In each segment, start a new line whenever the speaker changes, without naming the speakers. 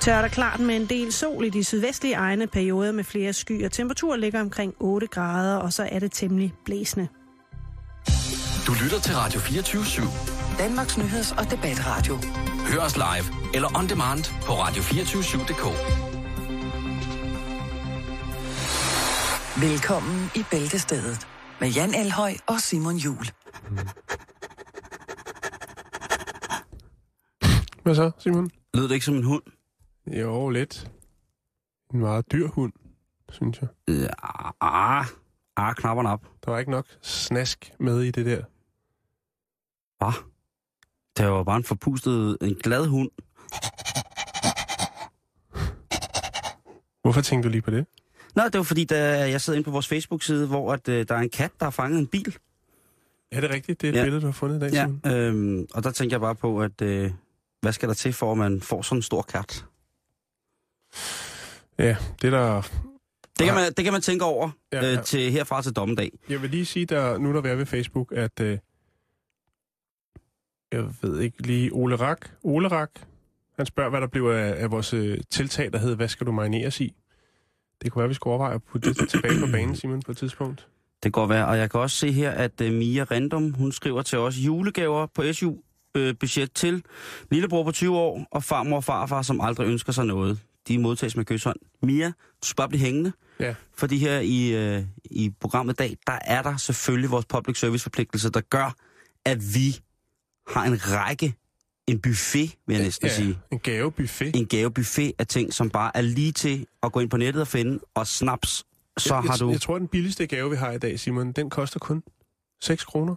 Tør der klart med en del sol i de sydvestlige egne perioder med flere skyer. Temperaturen ligger omkring 8 grader, og så er det temmelig blæsende.
Du lytter til Radio 24 /7.
Danmarks Nyheds- og Debatradio.
Hør os live eller on demand på radio247.dk.
Velkommen i Bæltestedet med Jan Elhøj og Simon Jul.
Hvad så, Simon?
Lød det ikke som en hund?
Jo, lidt. En meget dyr hund, synes jeg.
Ja, Øh, ah, ah, knapperne op.
Der var ikke nok snask med i det der.
Hvad? Det var bare en forpustet, en glad hund.
Hvorfor tænkte du lige på det?
Nej, det var fordi, da jeg sad inde på vores Facebook-side, hvor at, øh, der er en kat, der har fanget en bil.
Er det rigtigt? Det er et
Ja.
billede, du har fundet i dag, Simon?
Øhm, og der tænkte jeg bare på, at øh, hvad skal der til, for at man får sådan en stor kat?
Ja, det er der...
Det kan man, det kan man tænke over
Ja,
ja, ja.
ja.
Øh, til herfra til dommedag.
Jeg vil lige sige, der, nu er der er ved Facebook, at... Øh, jeg ved ikke lige... Ole Rak. Ole Rak. Han spørger, hvad der blev af, af vores øh, tiltag, der hedder, hvad skal du marineres i? Det kunne være, vi skulle overveje at putte det tilbage på banen, Simon, på et tidspunkt.
Det går være. Og jeg kan også se her, at øh, Mia Rendum, hun skriver til os julegaver på SU øh, budget til lillebror på 20 år og farmor og farfar, som aldrig ønsker sig noget. De modtages med kysshånd. Mia, du skal bare blive hængende.
Ja.
Fordi her i, øh, i programmet i dag, der er der selvfølgelig vores public service forpligtelse, der gør, at vi har en række, en buffet, vil jeg næsten ja. sige.
en gavebuffet.
En gavebuffet af ting, som bare er lige til at gå ind på nettet og finde, og snaps, så
jeg,
har du...
Jeg tror, den billigste gave, vi har i dag, Simon, den koster kun 6 kroner.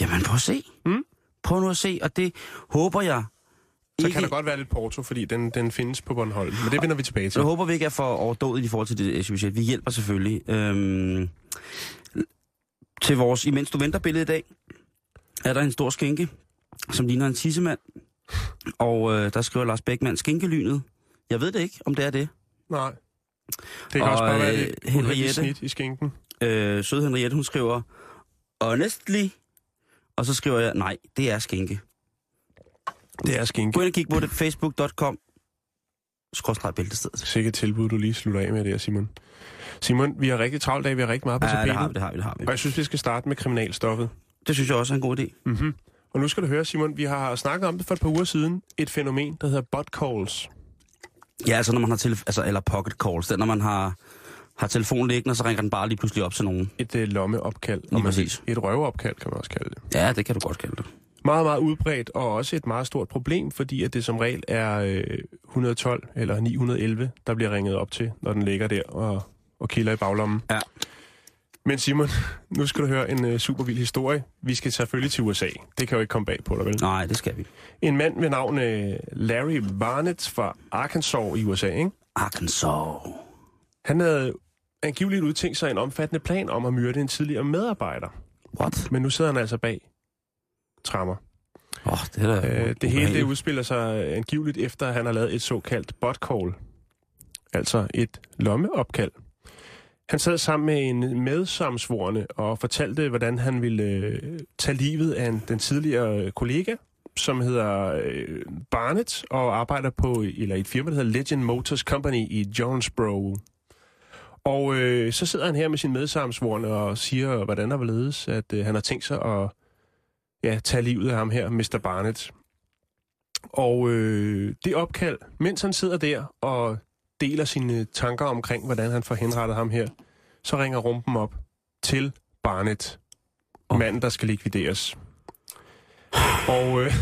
Jamen, prøv at se.
Mm.
Prøv nu at se, og det håber jeg
Så
ikke...
kan der godt være lidt porto, fordi den, den findes på Bornholm. Men det vender vi tilbage til.
Jeg håber, vi ikke er for overdådige i forhold til det SU-budget. Vi hjælper selvfølgelig. Øhm, til vores imens du venter billede i dag, er der en stor skænke, som ligner en tissemand. Og øh, der skriver Lars Bækman, skinkelynet. Jeg ved det ikke, om det er det.
Nej. Det kan
Og,
og, også bare være
øh,
lidt
Henriette.
uheldigt snit i skinken.
Øh, søde Henriette, hun skriver, honestly. Og så skriver jeg, nej, det er skænke.
Det er skinke.
Gå ind og kig på det, facebook.com. Skråstrej bæltestedet.
Sikkert tilbud, du lige slutter af med der, Simon. Simon, vi har rigtig travlt dag, vi har rigtig meget på
Ja, det har vi,
tapetet.
det har vi, det har vi.
Og jeg synes, vi skal starte med kriminalstoffet.
Det synes jeg også er en god idé.
Mm-hmm. Og nu skal du høre, Simon, vi har snakket om det for et par uger siden. Et fænomen, der hedder bot calls.
Ja, altså når man har telefon, altså, eller pocket calls, det er, når man har, har telefonen liggende, og så ringer den bare lige pludselig op til nogen.
Et øh, lommeopkald.
Lige
om man vil.
præcis.
Et røveopkald, kan man også kalde det.
Ja, det kan du godt kalde det.
meget, meget udbredt og også et meget stort problem, fordi at det som regel er øh, 112 eller 911, der bliver ringet op til, når den ligger der og, og kilder i baglommen.
Ja.
Men Simon, nu skal du høre en øh, super vild historie. Vi skal selvfølgelig til USA. Det kan jo ikke komme bag på dig, vel?
Nej, det skal vi.
En mand ved navn øh, Larry Barnett fra Arkansas i USA, ikke?
Arkansas.
Han havde angiveligt udtænkt sig en omfattende plan om at myrde en tidligere medarbejder.
What?
Men nu sidder han altså bag trammer.
Åh, oh, det er da...
Øh, det hele det
ubehageligt.
udspiller sig øh, angiveligt efter, at han har lavet et såkaldt bot call. Altså et lommeopkald. Han sad sammen med en medsamsvorende og fortalte, hvordan han ville øh, tage livet af en, den tidligere øh, kollega, som hedder øh, Barnett og arbejder på eller i et firma, der hedder Legend Motors Company i Jonesboro. Og øh, så sidder han her med sin medsamsvorende og siger, hvordan der hvorledes, at øh, han har tænkt sig at ja, tage livet af ham her, Mr. Barnett. Og øh, det opkald, mens han sidder der og deler sine øh, tanker omkring, hvordan han får henrettet ham her, så ringer rumpen op til Barnett,
Åh.
manden, der skal likvideres. Og øh,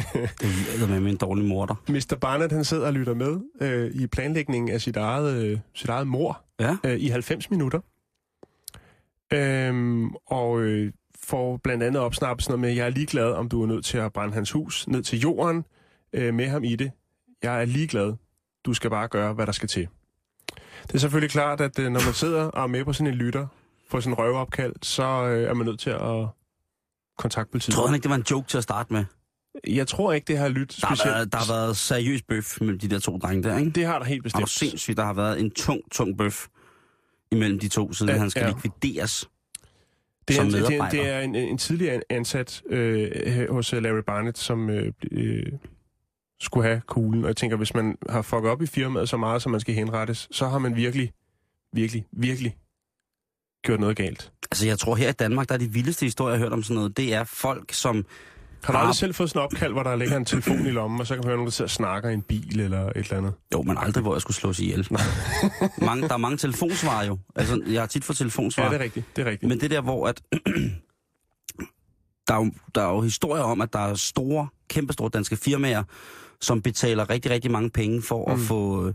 Det er med en dårlig morter.
Mr. Barnett, han sidder og lytter med øh, i planlægningen af sit eget, øh, sit eget mor
Ja.
øh, i 90 minutter. Øhm, og øh, får blandt andet opsnappet sådan noget med, jeg er ligeglad, om du er nødt til at brænde hans hus ned til jorden øh, med ham i det. Jeg er ligeglad. Du skal bare gøre, hvad der skal til. Det er selvfølgelig klart, at øh, når man sidder og er med på sådan en lytter, på sådan en røveopkald, så øh, er man nødt til at kontakte politiet.
Tror han ikke, det var en joke til at starte med?
Jeg tror ikke, det har lyttet
Der har
specielt.
været, der har været seriøs bøf mellem de der to drenge der, ikke?
Det har der helt
Det er jo
bestemt.
sindssygt, der har været en tung, tung bøf imellem de to, siden
Ja,
han skal
ja.
likvideres.
Det er,
som
en, det, er,
medarbejder.
det er en, en tidligere ansat øh, her hos øh, Larry Barnett, som øh, bl- øh, skulle have kuglen. Og jeg tænker, hvis man har fucket op i firmaet så meget, som man skal henrettes, så har man virkelig, virkelig, virkelig gjort noget galt.
Altså, jeg tror her i Danmark, der er de vildeste historier, jeg har hørt om sådan noget. Det er folk, som...
Har du
Ah.
aldrig selv fået sådan en opkald, hvor der ligger en telefon i lommen, og så kan man høre nogen, der sidder og snakker i en bil eller et eller andet?
Jo, men aldrig, hvor jeg skulle slås ihjel. mange, der er mange telefonsvarer jo. Altså, jeg har tit fået telefonsvarer.
Ja, det er rigtigt. Det er rigtigt.
Men det der, hvor at... der, er jo, der er jo historier om, at der er store, kæmpestore danske firmaer, som betaler rigtig, rigtig mange penge for
Mm.
at få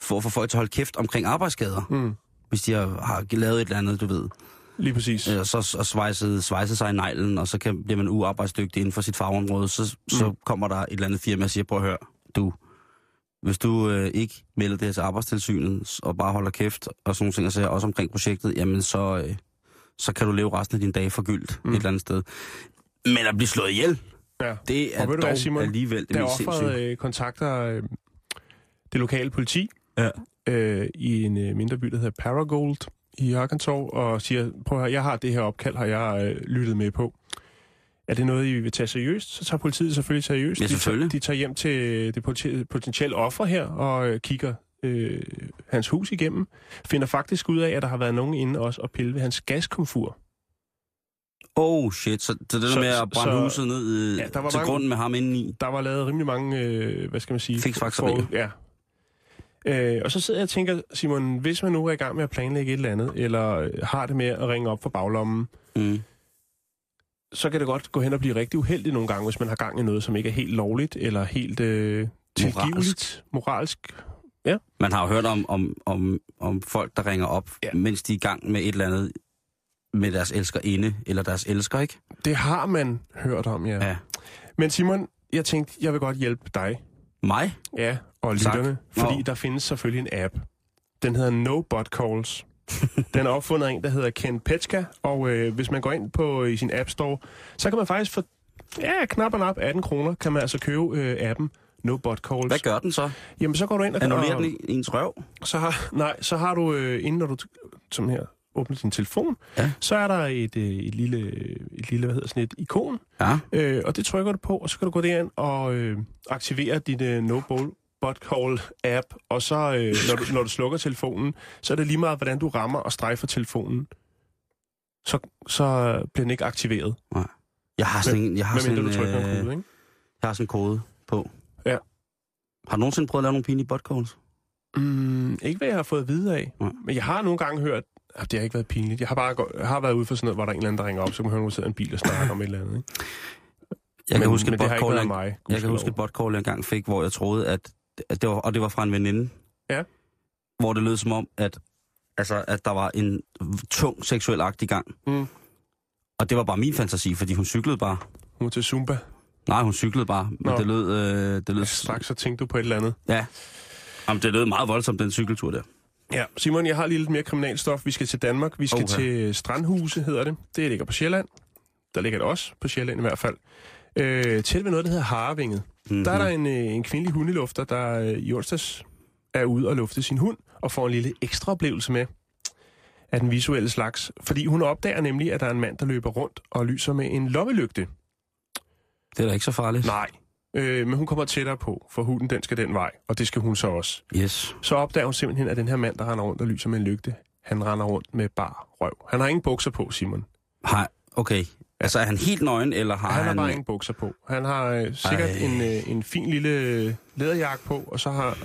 for at få folk til at holde kæft omkring arbejdsskader.
Mm.
Hvis de har, har lavet et eller andet, du ved.
Lige præcis.
Øh, Og så og svejset, svejset sig i neglen, og så kan, bliver man uarbejdsdygtig inden for sit fagområde. Så,
Mm.
så kommer der et eller andet firma og siger, prøv at høre, du, hvis du øh, ikke melder det her til arbejdstilsynet, s- og bare holder kæft, og sådan nogle ting, og så også omkring projektet, jamen så, øh, så kan du leve resten af dine dage forgyldt mm. et eller andet sted. Men at blive slået ihjel,
Ja.
det er
Og ved
dog
du hvad, Simon?
alligevel det
Da
mest sindssygt.
offeret øh, kontakter øh, det lokale politi
Ja.
øh, i en øh, mindre by, der hedder Paragold i Arkansas, og siger, prøv at høre, jeg har det her opkald, har jeg øh, lyttet med på. Er det noget, I vil tage seriøst? Så tager politiet selvfølgelig seriøst.
Ja,
De,
selvfølgelig.
tager, de tager hjem til det politi- potentielle offer her og øh, kigger øh, hans hus igennem. Finder faktisk ud af, at der har været nogen inde også og pille ved hans gaskomfur.
Oh shit, så det, er det
Så-
der med at brænde
så-
huset ned øh,
Ja,
ja,
der
til
var mange-
grunden med ham indeni.
der var lavet rimelig mange, øh, hvad skal man sige?
Fiksfakserier.
for- Ja. Øh, og så sidder jeg og tænker, Simon, hvis man nu er i gang med at planlægge et eller andet, eller øh, har det med at ringe op for baglommen,
Mm.
så kan det godt gå hen og blive rigtig uheldig nogle gange, hvis man har gang i noget, som ikke er helt lovligt, eller helt øh, tilgiveligt, moralsk.
Man har jo hørt om, om, om, om folk, der ringer op,
Ja.
ja. mens de er i gang med et eller andet med deres elskerinde, eller deres elsker, ikke?
Det har man hørt om, ja.
Ja.
Men Simon, jeg tænkte, jeg vil godt hjælpe dig,
Mig?
ja, og
Tak.
lytterne, fordi
Nå.
der findes selvfølgelig en app. Den hedder No Bot Calls. Den er opfundet af en, der hedder Ken Petska, og øh, hvis man går ind på øh, i sin App Store, så kan man faktisk for ja, knap og nap 18 kroner, kan man altså købe øh, appen No Bot Calls.
Hvad gør den så?
Jamen, så går du ind og...
Annullerer
og-
den i ens røv?
så har, nej, så har du, øh, inden når du t- som her åbner din telefon, ja.
Ja.
så er der et, øh, et, lille, et lille, hvad hedder sådan et ikon,
Ja.
øh, og det trykker du på, og så kan du gå derind og øh, aktivere dit øh, no Bowl bot call app, og så øh, når, du, når du slukker telefonen, så er det lige meget, hvordan du rammer og strejfer telefonen. Så, så øh, bliver den ikke aktiveret,
Jeg har sådan en, jeg har sådan
medmindre
en,
du trykker en
øh,
kode, ikke?
jeg har sådan en kode på.
Ja.
Har du nogensinde prøvet at lave nogle pinlige botcalls?
Mm, ikke hvad jeg har fået at vide af.
Nej.
Men jeg har nogle gange hørt, at det har ikke været pinligt. Jeg har bare gå- jeg har været ude for sådan noget, hvor der er en eller anden, der ringer op, så kan man høre, nogen sidder i en bil og snakker om et eller andet. Ikke?
Jeg
men,
kan huske
men
et
det har ikke
botcall,
været
jeg,
mig.
jeg kan huske et
gudskelov.
botcall, jeg engang fik, hvor jeg troede, at, at det var, og det var fra en veninde.
Ja.
Hvor det lød som om, at, altså, at der var en tung seksuel akt i gang.
Mm.
Og det var bare min fantasi, fordi hun cyklede bare.
Hun er til Zumba.
Nej, hun cyklede bare, men
Nå.
det lød, øh, det lød,
Straks så tænkte du på et eller andet.
ja. Jamen, det lød meget voldsomt, den cykeltur der.
Ja, Simon, jeg har lige lidt mere kriminalstof. Vi skal til Danmark. Vi skal okay.
Oha.
til øh, Strandhuse, hedder det. Det ligger på Sjælland. Der ligger det også på Sjælland i hvert fald. Øh, tæt ved noget, der hedder Harevinget.
Mm-hmm.
Der er der en, øh, en kvindelig hundelufter, der øh, i onsdags er ude og lufte sin hund, og får en lille ekstra oplevelse med af den visuelle slags. Fordi hun opdager nemlig, at der er en mand, der løber rundt og lyser med en lommelygte.
Det er da ikke så farligt.
Nej. Øh, men hun kommer tættere på, for hunden den skal den vej, og det skal hun så også.
Yes.
Så opdager hun simpelthen, at den her mand, der render rundt og lyser med en lygte, han render rundt med bar røv. Han har ingen bukser på, Simon.
Hej. Okay. Altså, er han helt nøgen, eller har
Ej, han
han...
har bare ingen bukser på. Han har øh, sikkert
Ej.
en, øh, en fin lille øh, læderjakke på, og så har øh,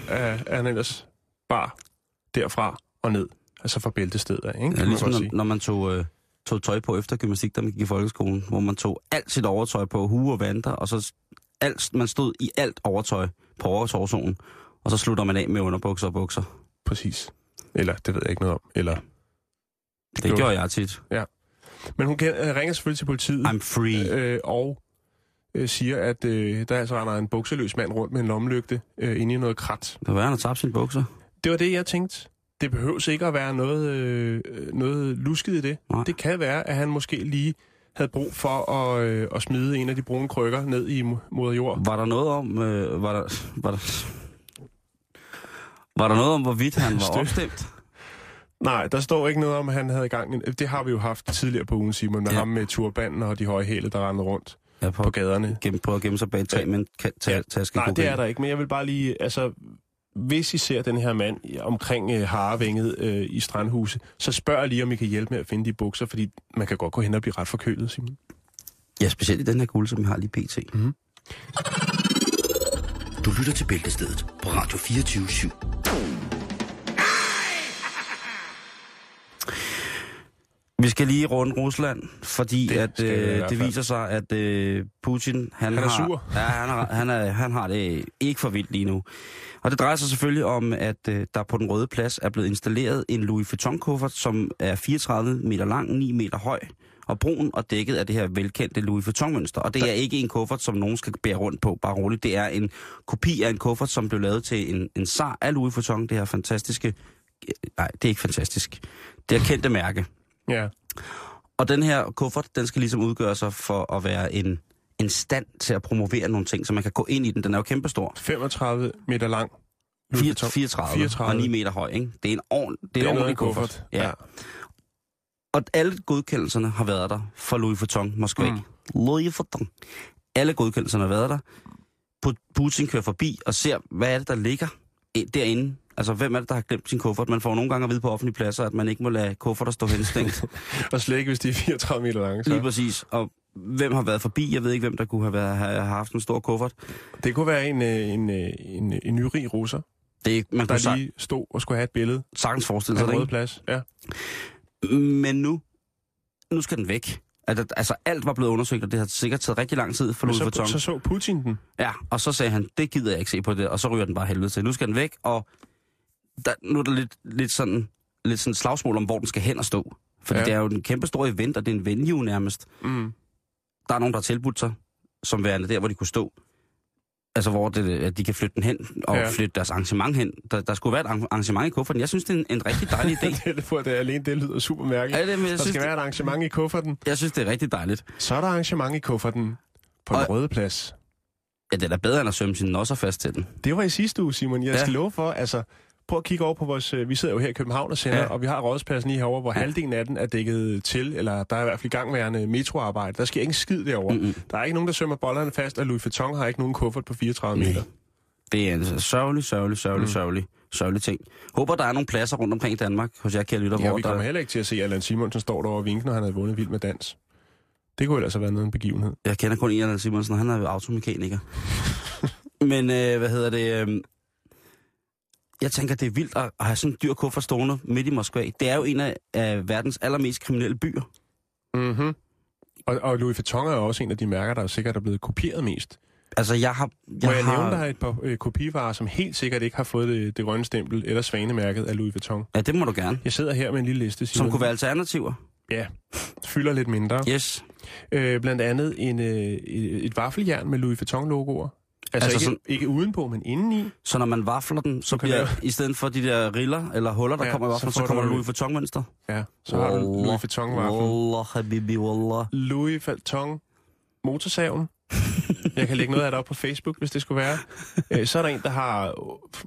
er han ellers bare derfra og ned. Altså fra bæltestedet af, ikke?
Ja,
Kan man
ligesom
godt sige.
når, når man tog, øh, tog tøj på efter gymnastik, da man gik i folkeskolen, hvor man tog alt sit overtøj på, hue og vanter, og så s- alt, man stod i alt overtøj på overtorsonen, og så slutter man af med underbukser og bukser.
Præcis. Eller, det ved jeg ikke noget om. Eller.
Det,
gjorde
det gjorde jeg tit.
Men hun kan, øh, ringer selvfølgelig til politiet.
I'm free.
øh, og øh, siger, at øh, der altså render en bukseløs mand rundt med en lommelygte øh, inde i noget krat.
Det var, han har tabt sine bukser.
Det var det, jeg tænkte. Det behøves ikke at være noget, øh, øh, noget lusket i det.
Nej.
Det kan være, at han måske lige havde brug for at, øh, at smide en af de brune krykker ned i mo- moder jord.
Var der noget om, øh, var, der, var der, var der noget om, hvorvidt han var
Støt.
opstemt?
Nej, der står ikke noget om, at han havde gang. i- Det har vi jo haft tidligere på ugen, Simon, med ja.
Ja.
ham med turbanden og de høje hæle, der rendte rundt.
er
på
på,
gaderne.
gennem, prøver at gemme sig bag et træ, men kan tage, tage
Nej, det er der ikke, men jeg vil bare lige... Altså, hvis I ser den her mand i- omkring øh, harevænget øh, i Strandhuset, så spørg lige, om I kan hjælpe med at finde de bukser, fordi man kan godt gå hen og blive ret forkølet, Simon.
Ja, specielt i den her gulde, som vi har lige pt.
Mhm.
Du lytter til Bæltestedet på Radio 24 /7.
Vi skal lige runde Rusland, fordi
Det
det at,
skal vi i
øh,
hvert
det
fald.
viser sig, at øh, Putin... Han,
Han er
har,
sur.
Ja, han har, han, er, han har det ikke for vildt lige nu. Og det drejer sig selvfølgelig om, at øh, der på den røde plads er blevet installeret en Louis Vuitton-kuffert, som er 34 meter lang, 9 meter høj og brun og dækket af det her velkendte Louis Vuitton-mønster. Og det er ikke en kuffert, som nogen skal bære rundt på, bare roligt. Det er en kopi af en kuffert, som blev lavet til en, en SAR af Louis Vuitton, det her fantastiske... Nej, det er ikke fantastisk. Det er kendte mærke.
Ja.
Og den her kuffert, den skal ligesom udgøre sig for at være en, en stand til at promovere nogle ting, så man kan gå ind i den. Den er jo kæmpestor.
35 meter lang.
34, 34, 34. og 9 meter høj, ikke? Det er en, ordent, det er en
noget af
ordentlig
en
kuffert. kuffert. Ja. Og alle godkendelserne har været der for Louis Vuitton, Moskva. Mm. Louis Vuitton. Alle godkendelserne har været der. Pu- Putin kører forbi og ser, hvad er det, der ligger i- derinde. Altså, hvem er det, der har glemt sin kuffert? Man får nogle gange at vide på offentlige pladser, at man ikke må lade kufferter stå henstængt.
Og slet ikke, hvis de er 34 meter lange.
Lige
Så.
præcis. Og hvem har været forbi? Jeg ved ikke, hvem der kunne have, været, have have haft en stor kuffert.
Det kunne være en, øh, en, øh, en, en, en nyrig russer,
Det er, man kunne
der
lige...
lige stod og skulle have et billede
sagtens
af
forestille sig
den
det,
røde
ikke?
plads. Ja.
Men nu, nu skal den væk. At- at- Altså, alt var blevet undersøgt, og det har sikkert taget rigtig lang tid for
Men
Louis
så,
Vuitton.
så så Putin den.
Ja, og så sagde han, det gider jeg ikke se på det, og så ryger den bare helvede til. Nu skal den væk, og der, nu er der lidt, lidt, sådan, lidt sådan slagsmål om, hvor den skal hen og stå. Fordi
Ja.
ja. det er jo en kæmpe stor event, og det er en venue nærmest.
Mm.
der er nogen, der har tilbudt sig, som værende der, hvor de kunne stå. Altså, hvor det, at de kan flytte den hen, og
Ja.
ja. flytte deres arrangement hen. Der, der skulle være et arrange- arrangement i kufferten. Jeg synes, det er en, en rigtig dejlig idé.
det er det, for det er alene, det lyder super mærkeligt.
Ja, det, men jeg,
Der
synes,
skal
det,
være et arrangement i kufferten.
jeg synes, det er rigtig dejligt.
Så er der arrangement i kufferten på den
Og-
røde plads.
Ja, det er da bedre, end at sømme sine nosser fast til den.
Det var i sidste uge, Simon. Jeg
Ja.
skal love for, altså... Prøv at kigge over på vores... øh, Vi sidder jo her i København og sender, ja.
Ja.
og vi har rådspladsen lige herovre, hvor ja. halvdelen af den er dækket til, eller der er i hvert fald i gangværende øh, metroarbejde. Der sker ikke en skid derovre. Mm.
Mm-mm.
Der er ikke nogen, der sømmer bollerne fast, og Louis Vuitton har ikke nogen kuffert på 34 meter.
Det er en sørgelig, sørgelig, sørgelig, mm. sørgelig, sørgelig ting. Håber, der er nogle pladser rundt omkring i Danmark, hos jer, kære lytter,
Ja,
hvor
vi kommer
der...
heller ikke til at se Allan Simonsen står derovre og vinke, når han havde vundet vild med dans. Det kunne ellers have været noget af en begivenhed.
Jeg kender kun Ian Simonsen, og han er jo automekaniker. Men øh, hvad hedder det? Øh, jeg tænker, det er vildt at at have sådan en dyr kuffert stående midt i Moskva. Det er jo en af, af verdens allermest kriminelle byer.
Mm-hmm. Og, og Louis Vuitton er jo også en af de mærker, der sikkert er blevet kopieret mest.
Altså, jeg har...
Jeg Må jeg
har,
har... nævne, der er et par øh, kopivarer, som helt sikkert ikke har fået det, det grønne stempel eller svanemærket af Louis Vuitton.
Ja, det må du gerne.
Jeg sidder her med en lille liste, Simon.
Som kunne være alternativer.
Ja, fylder lidt mindre. Ja.
Yes.
Øh, blandt andet en, øh, et et vaffeljern med Louis Vuitton-logoer. Altså,
Altså
altså ikke,
sådan-
sådan... ikke udenpå, men indeni.
Så når man vafler den, så
kan
bliver
lave-
i stedet for de der riller eller huller, der
Ja,
ja, kommer i
så
vaflen, så,
får
så kommer
du-
der Louis Vuitton-mønster.
Ja, så har du Louis Vuitton-vaffel.
Wallah, habibi, wallah.
Louis Vuitton motorsaven. Jeg kan lægge noget af det op på Facebook, hvis det skulle være. Øh, Så er der en, der har...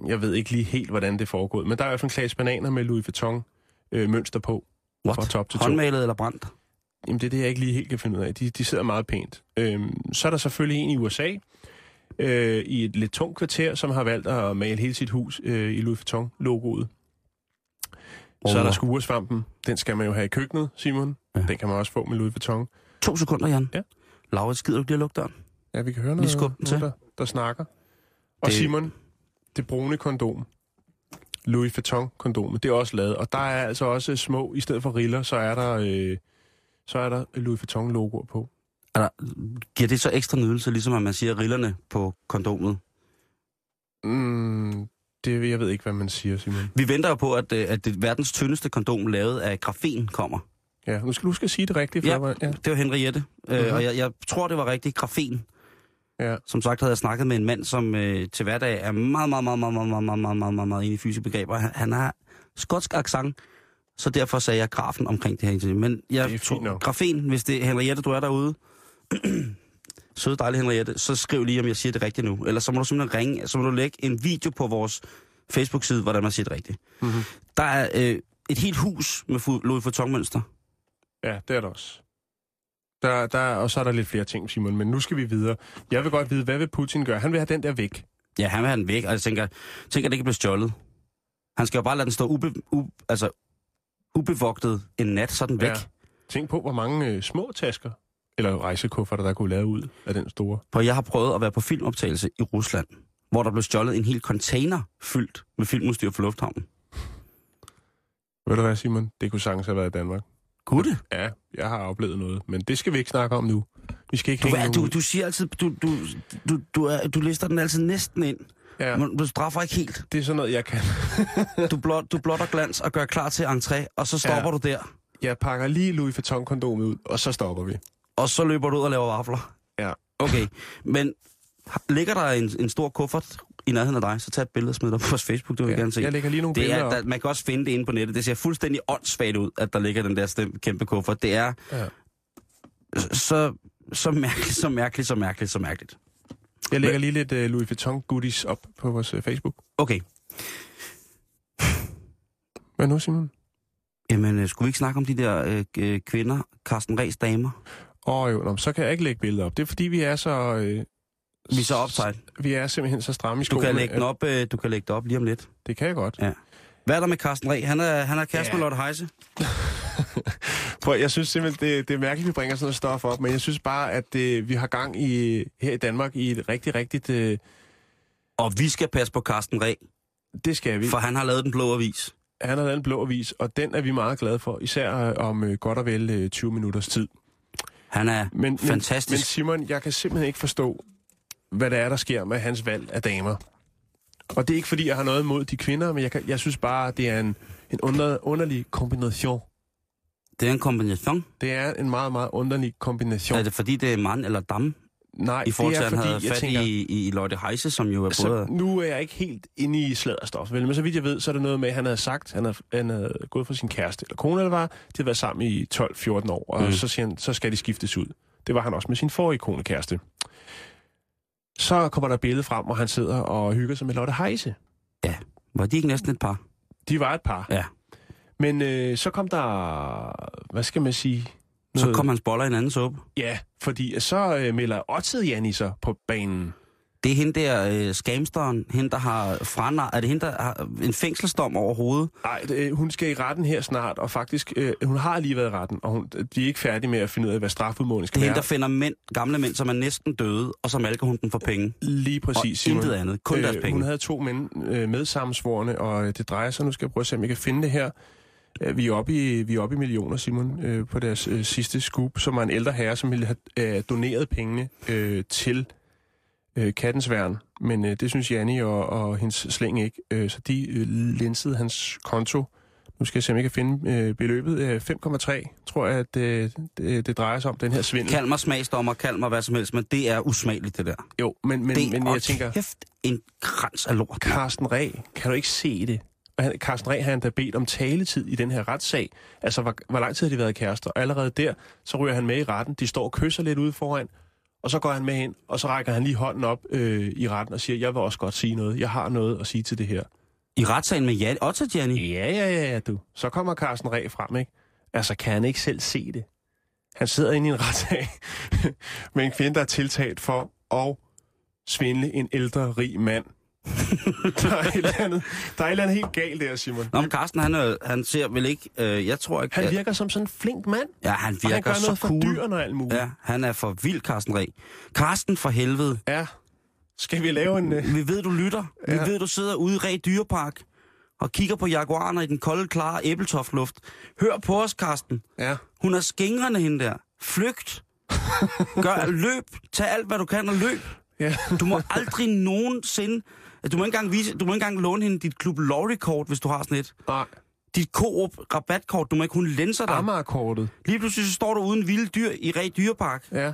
Jeg ved ikke lige helt, hvordan det er foregået, men der er i hvert fald en klasse bananer med Louis Vuitton-mønster på.
What?
Fra top til to.
Håndmalet eller brændt?
Jamen, det er det, jeg ikke lige helt kan finde ud af. De, de sidder meget pænt. Øhm, så er der selvfølgelig en i USA, øh, i et lidt tungt kvarter, som har valgt at male hele sit hus øh, i Louis Vuitton-logoet. Så er der
Wallah.
skuresvampen. Den skal man jo have i køkkenet, Simon.
Ja.
Den kan man også få med Louis Vuitton.
To sekunder, Jan.
Ja.
Laurits, gider du ikke lige at lukke døren?
Ja, vi kan høre
Lige
noget,
skub
nogen,
den til.
der, der snakker. Og det...
Det-
Simon, det brune kondom. Louis Vuitton-kondomet, det er også lavet. Og der er altså også små, i stedet for riller, så er der, øh, så er der Louis Vuitton-logoer på.
Er der, giver det så ekstra nydelse, ligesom at man siger rillerne på kondomet?
Mm, det, jeg ved ikke, hvad man siger, Simon.
Vi venter jo på, at, øh, at det verdens tyndeste kondom lavet af grafen kommer.
Ja, nu skal du huske at sige det rigtigt. For
Ja.
jeg var- ja.
Det var Henriette, øh,
Mhm.
og jeg, jeg tror, det var rigtig grafen.
Ja.
Som sagt havde jeg snakket med en mand, som øh, til hverdag er meget, meget, meget, meget, meget, meget, meget, meget, meget, meget, meget inde i fysiske begreber. Han, han har skotsk accent, så derfor sagde jeg grafen omkring det her interview. Men
Det er
jeg
fint nok.
grafen, hvis det er Henriette, du er derude, søde dejlige Henriette, så skriv lige, om jeg siger det rigtigt nu. Eller så må du simpelthen ringe, så må du lægge en video på vores Facebook-side, hvordan man siger det rigtigt.
Mhm.
Der er øh, et helt hus med fu- Louis Vuitton-mønster.
ja, det er der også. Der, der, og så er der lidt flere ting, Simon, men nu skal vi videre. Jeg vil godt vide, hvad vil Putin gøre? Han vil have den der væk.
Ja, han vil have den væk, og jeg tænker, tænker at det ikke bliver stjålet. Han skal jo bare lade den stå ube, u, altså, ubevogtet en nat, så er den væk. Ja.
Tænk på, hvor mange øh, små tasker, eller rejsekufferter, der kunne lave ud af den store.
For jeg har prøvet at være på filmoptagelse i Rusland, hvor der blev stjålet en hel container fyldt med filmudstyr fra lufthavnen.
Ved du hvad, Simon? Det kunne sagtens have været i Danmark.
Kunne det?
Ja, jeg har oplevet noget, men det skal vi ikke snakke om nu. Vi skal ikke
Du,
hænge
er,
nogen
du,
ud.
du siger altid, du, du, du, du, er, du lister den altid næsten ind.
Ja,
Ja. Men du straffer ikke helt.
det er sådan noget, jeg kan.
Du, blot, du blotter glans og gør klar til entré, og så stopper ja. du der.
Jeg pakker lige Louis Vuitton-kondomet ud, og så stopper vi.
Og så løber du ud og laver vafler.
Ja.
Okay, men har- ligger der en, en stor kuffert i nærheden af dig, så tag et billede og smid det op på vores Facebook, det vil jeg gerne se.
Jeg lægger lige nogle
Det
billeder
er,
op.
der, man kan også finde det inde på nettet. Det ser fuldstændig åndssvagt ud, at der ligger den der stem, kæmpe kuffert. Det er
Ja.
ja. så, så mærkeligt, så mærkeligt, så mærkeligt, så mærkeligt.
Jeg lægger lige lidt øh, Louis Vuitton-goodies op på vores øh, Facebook.
Okay,
Hvad nu, Simon?
jamen øh, skulle vi ikke snakke om de der øh, øh, kvinder, Carsten Ræs damer?
Åh jo, nå, men så kan jeg ikke lægge billeder op. Det er fordi, vi er så... Øh,
Vi er så optaget.
Vi er simpelthen så stramme i
Du
skoene.
kan lægge den
at-
op, øh, du kan lægge det op lige om lidt.
Det kan jeg godt.
Hvad er der med Carsten Ræ? Han er, han er kæreste med
Ja.
Lotte Heise.
Prøv, jeg synes simpelthen, det, det er mærkeligt, at vi bringer sådan noget stof op, men jeg synes bare, at det, vi har gang i her i Danmark i et rigtig, rigtigt... Øh,
Og vi skal passe på Carsten Ræ,
det skal vi.
for han har lavet den blå avis.
Han har lavet en blå avis, og den er vi meget glade for, især øh, om øh, godt og vel øh, 20 minutters tid.
Han er men, fantastisk.
Men, men Simon, jeg kan simpelthen ikke forstå, hvad der er, der sker med hans valg af damer. Og det er ikke, fordi jeg har noget imod de kvinder, men jeg, kan, jeg synes bare, det er en, en under, underlig kombination.
det er en kombination.
Det er en meget, meget underlig kombination.
Er det fordi, det er mand eller dam?
Nej,
Altså, I forhold
det
til,
er
at han
fordi,
havde
jeg
fat
tænker, Altså-
i, i, i Lotte Heise, som jo er
så
både...
nu er jeg ikke helt inde i sladderstof, vel? men så vidt jeg ved, så er det noget med, at han havde sagt, han havde, han havde gået fra sin kæreste eller kone, eller var, de havde været sammen i 12-14 år, og mm.
Mm.
så siger han, så skal de skiftes ud. Det var han også med sin forrige kone kæreste. Så kommer der et billede frem, hvor han sidder og hygger sig med Lotte Heise.
Var de ikke næsten et par?
De var et par.
Ja.
Men øh, så kom der, hvad skal man sige?
Så kom hans boller i en anden suppe.
Ja, fordi så øh, melder Otted Janni sig på banen.
Det er hende der, øh, skamsteren, hende der har franar... Er det hende, der har en fængselsdom over hovedet?
Nej, øh, hun skal i retten her snart, og faktisk, øh, hun har lige været i retten, og hun, de er ikke færdige med at finde ud af, hvad strafudmålingen
Det
skal
er
være.
hende, der finder mænd, gamle mænd, som er næsten døde, og så malker hun dem for penge.
Lige præcis,
og intet andet. Kun deres penge.
Øh, Hun havde to mænd øh, med sammensvorene, og øh, det drejer sig, nu skal jeg prøve at se, om jeg kan finde det her. Øh, Vi er oppe i, vi er oppe i millioner, Simon, øh, på deres øh, sidste scoop, som var en ældre herre, som ville have øh, doneret pengene øh, til øh, kattens værn. Men øh, det synes Janni og, og hendes slæng ikke, øh, så de øh, linsede hans konto. Nu skal jeg se, om jeg kan finde øh, beløbet. Øh, 5,3 tror jeg, at øh, det, det drejer sig om, den her svindel.
Kald mig smagsdommer, kald mig hvad som helst, men det er usmageligt, det der.
Jo, men, men,
det
men
er
jeg tænker...
kæft en krans af lort.
Carsten Ræ, kan du ikke se det? Og han, Carsten Ræ har endda bedt om taletid i den her retssag. Altså, hvor, hvor lang tid har de været kærester? Og allerede der, så ryger han med i retten. De står og kysser lidt ude foran. Og så går han med hen, og så rækker han lige hånden op øh, i retten og siger, jeg vil også godt sige noget. Jeg har noget at sige til det her.
I retssagen med Jan Otter, Gianni.
Ja, ja, ja, ja, du. Så kommer Carsten Ræ frem, ikke? Altså, kan han ikke selv se det? Han sidder inde i en retssag med en kvinde, der er tiltalt for at svindle en ældre, rig mand. der, er et eller andet, der er et eller andet helt galt der, Simon.
Nå, men Carsten, han, er- han ser vel ikke... Øh, jeg tror ikke...
Han
at-
virker som sådan en flink mand,
ja, han virker
og han gør
så
noget for
cool.
dyrene og alt muligt.
Ja, han er for vild, Carsten Ræ. Carsten, for helvede.
ja. Skal vi lave en... øh,
Vi ved, du lytter. Vi
Ja.
ved, du sidder ude i Ræ Dyrepark og kigger på jaguarerne i den kolde, klare æbletofluft. Hør på os, Carsten.
Ja.
Hun er skingrende, hende der. Flygt. Gør, løb. Tag alt, hvad du kan, og løb.
ja.
Du må aldrig nogensinde... Du må ikke engang, vise, du må ikke engang låne hende dit klub Lowry-kort, hvis du har sådan et.
Nej,
Dit Coop-rabatkort, du må ikke... Hun lænser dig.
Amager-kortet.
Lige pludselig så står du uden vilde dyr i Ræ Dyrepark.
Ja.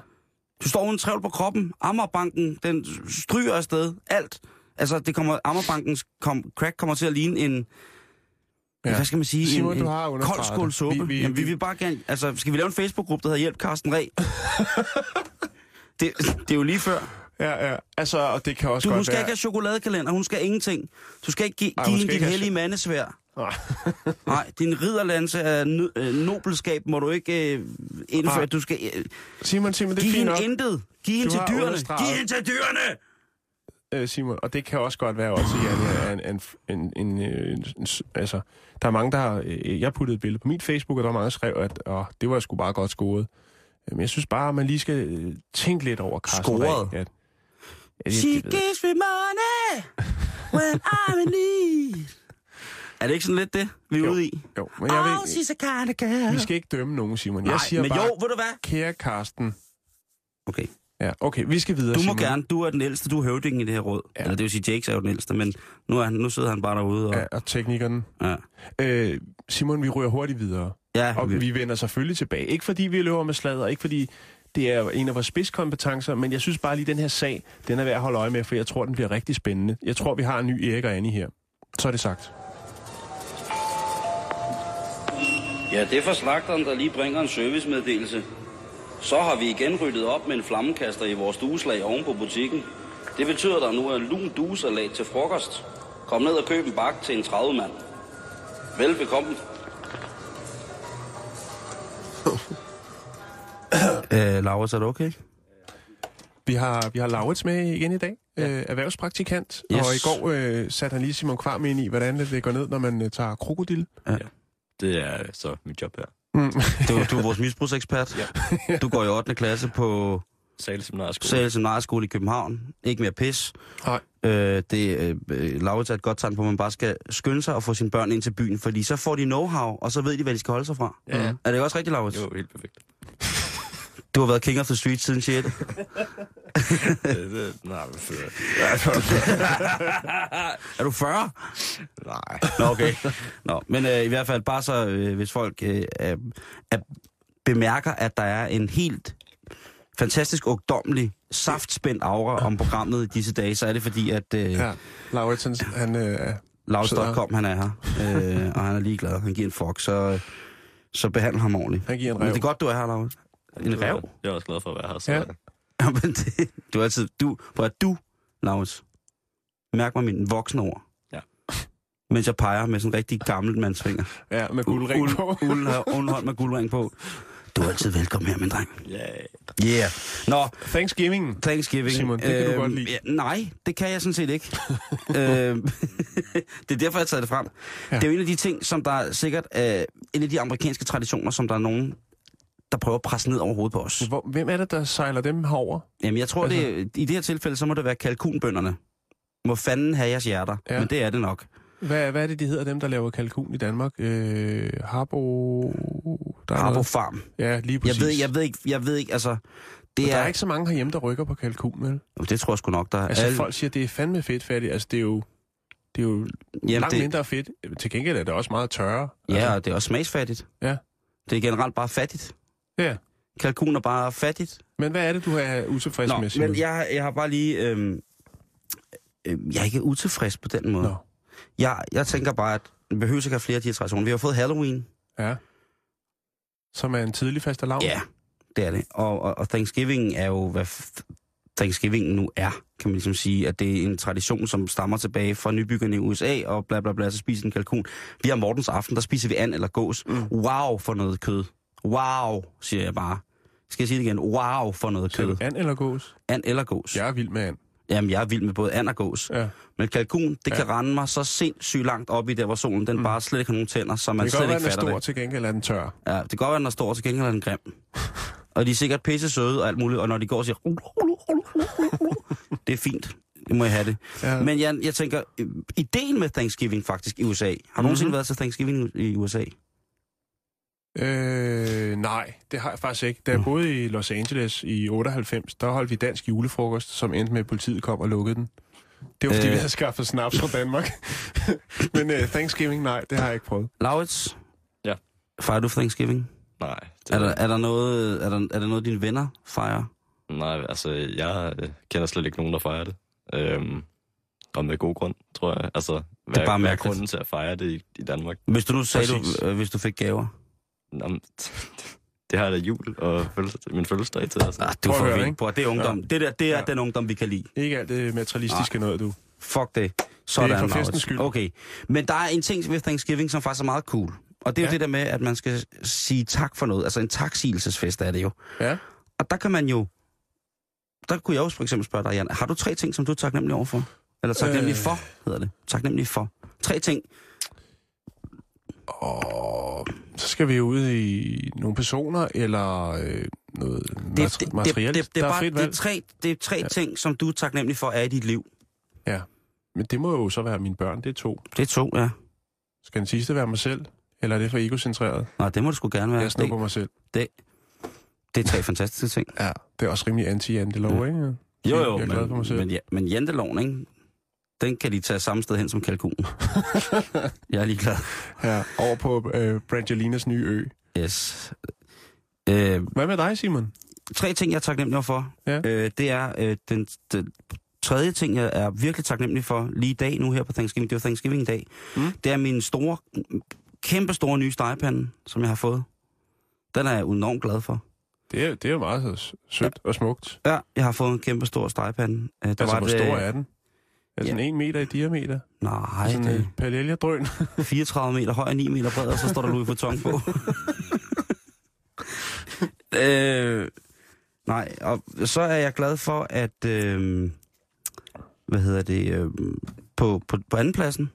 Du står uden trævl på kroppen. Ammerbanken, den stryger afsted. Alt. Altså, det kommer, Ammerbankens kom, crack kommer til at ligne en...
Ja.
Ja. Hvad skal man sige?
Simon,
en, en
du har understreget
kold
det.
skål
Vi-
suppe. Vi,
vi-
vi, Jamen, vi,
vi-
vil bare gerne... Altså, skal vi lave en Facebook-gruppe, der hedder Hjælp Carsten Ræ? det, det er jo lige før.
Ja, ja. Altså, og det kan også
Du,
godt
hun skal
være...
ikke have chokoladekalender, hun skal ingenting. Du skal ikke give,
Ej, hun
give
skal
hende dit
ikke have
hellige mandesvær.
Ah.
Nej, din ridderlanse af nø- øh, nobelskab må du ikke øh, indføre.
Nej.
Du skal øh,
Simon, Simon, det er
give
fint
hende
nok,
intet. Giv hende
Du
til
har
dyrene.
understreget.
Giv hende til dyrene!
øh, Simon. Og det kan også godt være også, at jeg er en, en, en, en, øh, en, en, altså, der er mange, der har... Øh, jeg puttede et billede på min Facebook, og der var mange, der skrev, at åh, det var sgu bare godt scoret. Øh, Men jeg synes bare, at man lige skal øh, tænke lidt over Carsten
Scoret?
Ring, At, at,
She
at, at,
gives me money when I'm in need. Er det ikke sådan lidt det, vi er
Jo.
ude i?
jo, men jeg
oh,
ved,
she's a kind of girl.
vi skal ikke dømme nogen, Simon. Jeg
Nej,
siger
men
bare,
jo, ved du hvad?
kære Carsten...
Okay,
Ja, okay, vi skal videre,
du må
Simon.
gerne. Du er den ældste, du er høvdingen i det her råd. Ja.
Ja.
Eller det vil sige, Jakes er jo den ældste, men nu, er han, nu sidder han bare derude. Og,
Ja, og teknikeren.
ja.
Øh, Simon, vi rører hurtigt videre.
ja
Og
okay.
vi vender selvfølgelig tilbage. Ikke fordi vi løber med sladder, ikke fordi det er en af vores spidskompetencer, men jeg synes bare lige, den her sag, den er værd at holde øje med, for jeg tror, den bliver rigtig spændende. Jeg tror, vi har en ny Erik og Annie her. Så er det sagt.
Ja, det er for slagteren, der lige bringer en servicemeddelelse. Så har vi igen ryddet op med en flammekaster i vores dueslag oven på butikken. Det betyder, at der nu er lun duesalat til frokost. Kom ned og køb en bak til en 30 mand. Velbekomme.
Øh, Laura, så er det okay?
Vi har, vi har Laurits med igen i dag, ja. øh, erhvervspraktikant,
Yes.
yes. og i går øh, satte han lige Simon Kvam ind i, hvordan det går ned, når man øh, tager krokodil.
Det er øh, så mit job her.
Du, du er vores misbrugsekspert. Ja. Du går i 8. klasse på
Sale Seminarskole.
Sale Seminarskole i København. Ikke mere pis.
Nej.
Øh, det øh, øh, Laurits er et godt tegn på, at man bare skal skynde sig og få sine børn ind til byen, fordi så får de know-how, og så ved de, hvad de skal holde sig fra.
Ja, ja.
Er det ikke også rigtigt, Laurits?
Jo, helt perfekt.
Du har været king of the street siden 6.
det, det, nej, men for,
er du 40?
nej.
Nå, okay. Nå, men øh, i hvert fald bare så, øh, hvis folk øh, er, er, bemærker, at der er en helt fantastisk ungdommelig, saftspændt aura om programmet i disse dage, så er det fordi, at øh, ja.
Ja. Laurits, han, han øh, er-
Lavs.com, han er her, øh, og han er ligeglad. Han giver en fuck, så, øh, så behandl ham ordentligt.
han giver en
Men det er
rev.
godt, du er her, Lavs. En rev?
Jeg er også glad for at være her. Så.
Ja.
Ja.
Ja, men det, du er altid... Du, hvor er du, Lavs? Mærk mig min voksne ord.
Ja.
Mens jeg peger med sådan en rigtig gammel mandsfinger.
Ja, med guldring
Ul-
på.
Ul, Undhold med guldring på. Du er altid velkommen her, min dreng.
Yeah.
Yeah. Nå,
Thanksgiving.
Thanksgiving. Øhm,
Simon, det kan du godt lide.
Ja, nej, det kan jeg sådan set ikke. øhm, det er derfor, jeg har taget det frem. Ja.
Ja.
Det er jo en af de ting, som der er sikkert er en af de amerikanske traditioner, som der er nogen, der prøver at presse ned over hovedet på os.
Hvor, hvem er det, der sejler dem herover?
Jamen, jeg tror,
Altså-
det, i det her tilfælde, så må det være kalkunbønderne. Må fanden have jeres hjerter. Ja.
Ja.
Men det er det nok.
Hvad, hvad er det, de hedder, dem, der laver kalkun i Danmark? Øh, Harbo... Der er
Harbo
noget.
Farm.
Ja, lige
Jeg
præcis.
ved, jeg ved ikke, jeg ved ikke, altså...
Men
Det
Der
er,
er ikke så mange herhjemme, der rykker på kalkun, vel?
Jamen, Det tror jeg sgu nok, der er.
Altså,
alle-
folk siger, det er fandme fedt fattigt. Altså, det er jo, det er jo
Jamen,
langt
det,
det... mindre fedt. Til gengæld er det også meget tørre.
Ja,
Altså,
og det er også smagsfattigt.
Ja.
Det er generelt bare fattigt.
Ja.
Kalkun er bare fattigt.
men hvad er det, du er utilfreds
Nå,
med, Simon?
men jeg, jeg har bare lige... Øhm, øhm, jeg er ikke utilfreds på den måde.
Nå.
Jeg, jeg tænker bare, at vi behøver ikke have flere af de her traditioner. Vi har fået Halloween.
Ja. Som er en tidlig faste lav.
Ja, det er det. Og, og, og Thanksgiving er jo, hvad f- Thanksgiving nu er, kan man ligesom sige, at det er en tradition, som stammer tilbage fra nybyggerne i USA, og bla bla bla, så spiser en kalkun. Vi har Mortens aften, der spiser vi and eller gås. Mm. Wow for noget kød. Wow, siger jeg bare. Skal jeg sige det igen? Wow for noget kød.
And eller gås?
And eller gås.
Jeg er vild med and.
Jamen, jeg er vild med både and og gås.
Ja.
Men kalkun, det
Ja. Mm.
kan rende mig så sindssygt langt op i der, hvor solen den bare slet ikke har nogen tænder, så man
det kan
slet
godt være,
ikke
den er
fatter
stor,
det.
til gengæld er den tør.
Ja, det kan godt være, den er stor, til gengæld er den grim. og de er sikkert pisse søde og alt muligt, og når de går og siger... "Ulu, ulu, ulu, ulu, ulu," det er fint. Det må jeg have det.
Ja.
Men jeg, jeg tænker, øh, ideen med Thanksgiving faktisk i USA. Har du
Mhm.
mm-hmm. nogensinde været til Thanksgiving i- i USA?
Øh, nej, det har jeg faktisk ikke. Da jeg boede i Los Angeles i 98, der holdt vi dansk julefrokost, som endte med, at politiet kom og lukkede den. Det var, fordi
Øh.
øh. vi havde skaffet snaps fra Danmark. Men uh, Thanksgiving, nej, det har jeg ikke prøvet.
Laurits?
Ja.
Fejrer du Thanksgiving?
Nej. Det,
Er der, er, der noget, er, der, er der noget, dine venner fejrer?
Nej, altså, jeg øh, kender slet ikke nogen, der fejrer det. Øhm, og med god grund, tror jeg. Altså, hvad,
bare
hvad er
mærkeligt.
grunden til at fejre det i, i Danmark?
Hvis du nu sagde,
Præcis.
du, øh, hvis du fik gaver.
Jamen, det har jeg da jul og fødselsdag, min fødselsdag til. Altså.
Ah, du
Prøv at
får
høre,
vild
ikke?
på. Det er ungdom. Ja. Det der, det er ja. den ungdom, vi kan lide.
Ikke alt det materialistiske noget, du.
Fuck det. Sådan,
for festens
Maurits.
skyld.
Okay. Men der er en ting ved Thanksgiving, som faktisk er meget cool. Og det er ja.
Ja.
jo det der med, at man skal sige tak for noget. Altså en taksigelsesfest er det jo.
Ja.
Og der kan man jo... Der kunne jeg også for eksempel spørge dig, Jan. Har du tre ting, som du er taknemmelig overfor? Eller taknemmelig
Øh.
øh... for, hedder det. Taknemmelig for. Tre ting.
Og så skal vi ud i nogle personer eller øh, noget
Det,
det,
det,
materielt.
det, det,
der
det, er
er
bare,
frit
det, er
valg.
tre, det er tre
Ja.
ja. ting, som du er taknemmelig for, er i dit liv.
Ja. Men det må jo så være mine børn. Det er to.
Det er to, ja.
Skal den sidste være mig selv? Eller er det for egocentreret?
Nå, det må du sgu gerne
Ja,
være.
jeg snupper
Det,
mig selv.
det er tre fantastiske ting.
Ja. Det er også rimelig anti-antelov, ja. ikke?
Jo, jo,
Jeg er
men,
glad for mig selv.
men, ja, men janteloven, ikke? Den kan de tage samme sted hen som kalkunen. jeg er ligeglad.
Ja, over på øh, Brangelinas nye ø.
Yes. Øh,
Hvad med dig, Simon?
tre ting, jeg er taknemmelig over for.
Ja.
Øh, det er øh, den, den tredje ting, jeg er virkelig taknemmelig for lige i dag, nu her på Thanksgiving. Det er jo Thanksgiving-dag.
Mm.
Det er min store, kæmpe store nye stegepande, som jeg har fået. Den er jeg enormt glad for.
Det er, det er jo meget s- sødt ja. og smukt.
Ja, jeg har fået en kæmpe stor stegepande. Øh, Der
altså, hvor
et,
stor
øh,
er den? Er den en meter i diameter?
Nej,
sådan
det,
en paljeljedrøn.
34 meter høj og 9 meter bred, og så står der Louis Vuitton på. øh, nej, og så er jeg glad for, at... Øh, hvad hedder det? Øh, på, på, på andenpladsen,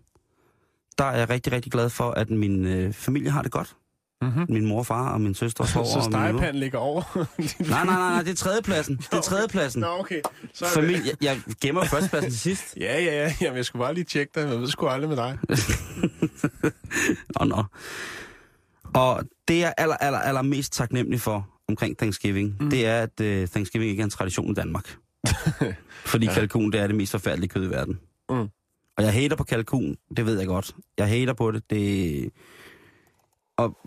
der er jeg rigtig, rigtig glad for, at min øh, familie har det godt.
Mm-hmm.
Min mor og far og min søster og svoger
Så
og min nevø.
stegepanden ligger over.
Nej, nej, nej, nej, det er tredjepladsen. Det er tredjepladsen.
Nå, okay. Så er det.
Familie, jeg, jeg gemmer førstepladsen til sidst.
Ja, ja, ja. Jamen, jeg skulle bare lige tjekke dig. men Jeg ved sgu aldrig med dig.
Nå, nå. Og det, jeg er aller, aller, aller mest taknemmelig for omkring Thanksgiving, mm. det er, at uh, Thanksgiving ikke er en tradition i Danmark. Fordi ja. kalkun, det er det mest forfærdelige kød i verden.
Mm.
Og jeg hater på kalkun, det ved jeg godt. Jeg hater på det, det... Og,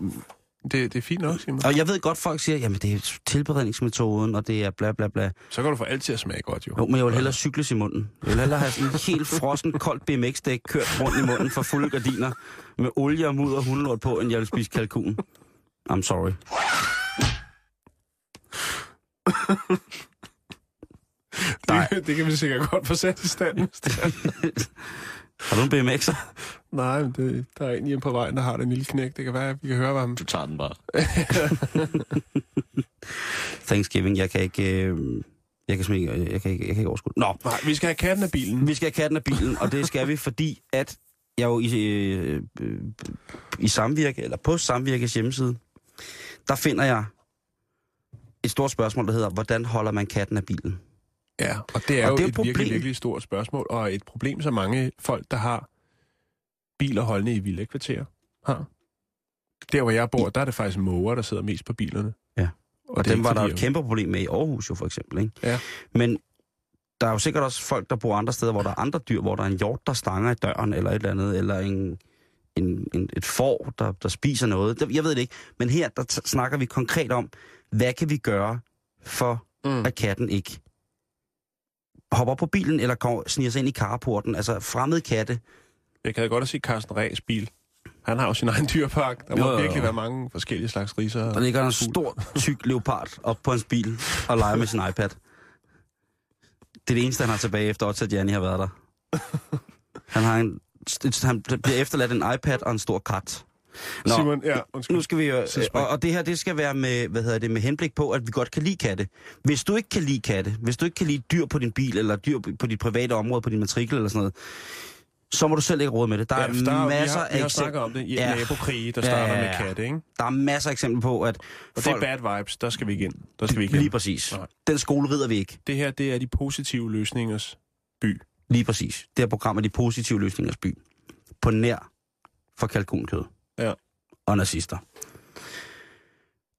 Det, det er fint nok, Simon.
og jeg ved godt, folk siger, jamen det er tilberedningsmetoden, og det er bla bla bla.
Så kan du få altid at smage godt, jo.
Jo, men jeg vil hellere cykles i munden. Jeg vil hellere have sådan en helt frossen, kold BMX-dæk kørt rundt i munden for fulde gardiner med olie og mudder og hundelort på, end jeg vil spise kalkun. I'm sorry. nej.
Det, det kan vi sikkert godt få sat i stand. hvis det er.
Har du en BMX'er?
Nej, men det, der er en hjemme på vejen, der har den lille knæk. Det kan være, at vi kan høre, hvad han...
Du tager den bare.
Thanksgiving, jeg kan ikke... Øh, jeg kan simpelthen ikke, øh, jeg kan ikke, jeg kan ikke overskue det. Nå,
Nej, vi skal have katten af bilen.
vi skal have katten af bilen, og det skal vi, fordi at jeg jo i, øh, øh, i samvirke, eller på samvirkes hjemmeside, der finder jeg et stort spørgsmål, der hedder, hvordan holder man katten af bilen?
Ja, og det er
Og
jo
det er
et,
et
et virkelig,
problem.
virkelig stort spørgsmål, og et problem, som mange folk, der har biler holdende i villakvarterer, har. Der, hvor jeg bor, der er det faktisk måger, der sidder mest på bilerne.
Ja.
Og,
Og
det er
dem
ikke
var der jo
fordi,
et
at-
kæmpe problem med i Aarhus jo for eksempel, ikke?
Ja.
Men der er jo sikkert også folk, der bor andre steder, hvor der er andre dyr, hvor der er en hjort, der stanger i døren eller et eller andet, eller en, en, en, et får, der, der spiser noget. Det- Jeg ved det ikke. Men her, der t- snakker vi konkret om, hvad kan vi gøre for,
Mm.
mm. at katten ikke hopper på bilen eller går, sniger sig ind i carporten. Altså fremmede katte.
Jeg kan da godt at se Carsten Ræs bil. Han har jo sin egen dyrepark. Der må
Jo,
jo,
jo, jo.
virkelig være mange forskellige slags riser.
Der ligger en stor, tyk leopard op på hans bil og leger med sin iPad. Det er det eneste, han har tilbage efter også, at Janni har været der. Han, har en, han bliver efterladt en iPad og en stor kat. Nå,
Simon, ja, undskyld.
nu skal vi jo...
Sidespring.
Og, og det her, det skal være med, hvad hedder det, med henblik på, at vi godt kan lide katte. Hvis du ikke kan lide katte, hvis du ikke kan lide dyr på din bil, eller dyr på dit private område, på din matrikel eller sådan noget, så må du selv ikke råde med det. Der er,
Ja, for der er jo- vi
masser,
har, vi har
af eksempler,
snakket om det i ja.
Ja.
nabokrige, der
Ja,
starter
ja,
med
ja.
katte, ikke?
der er masser af eksempler på, at
Og det er bad vibes, der skal vi ikke ind. Der skal vi ikke
Lige
ind.
præcis.
Nej.
Den skole rider vi ikke.
Det her, det er de positive løsningers by.
Lige præcis. Det her program er de positive løsningers by. På nær for kalkunkød.
Ja.
Og nazister.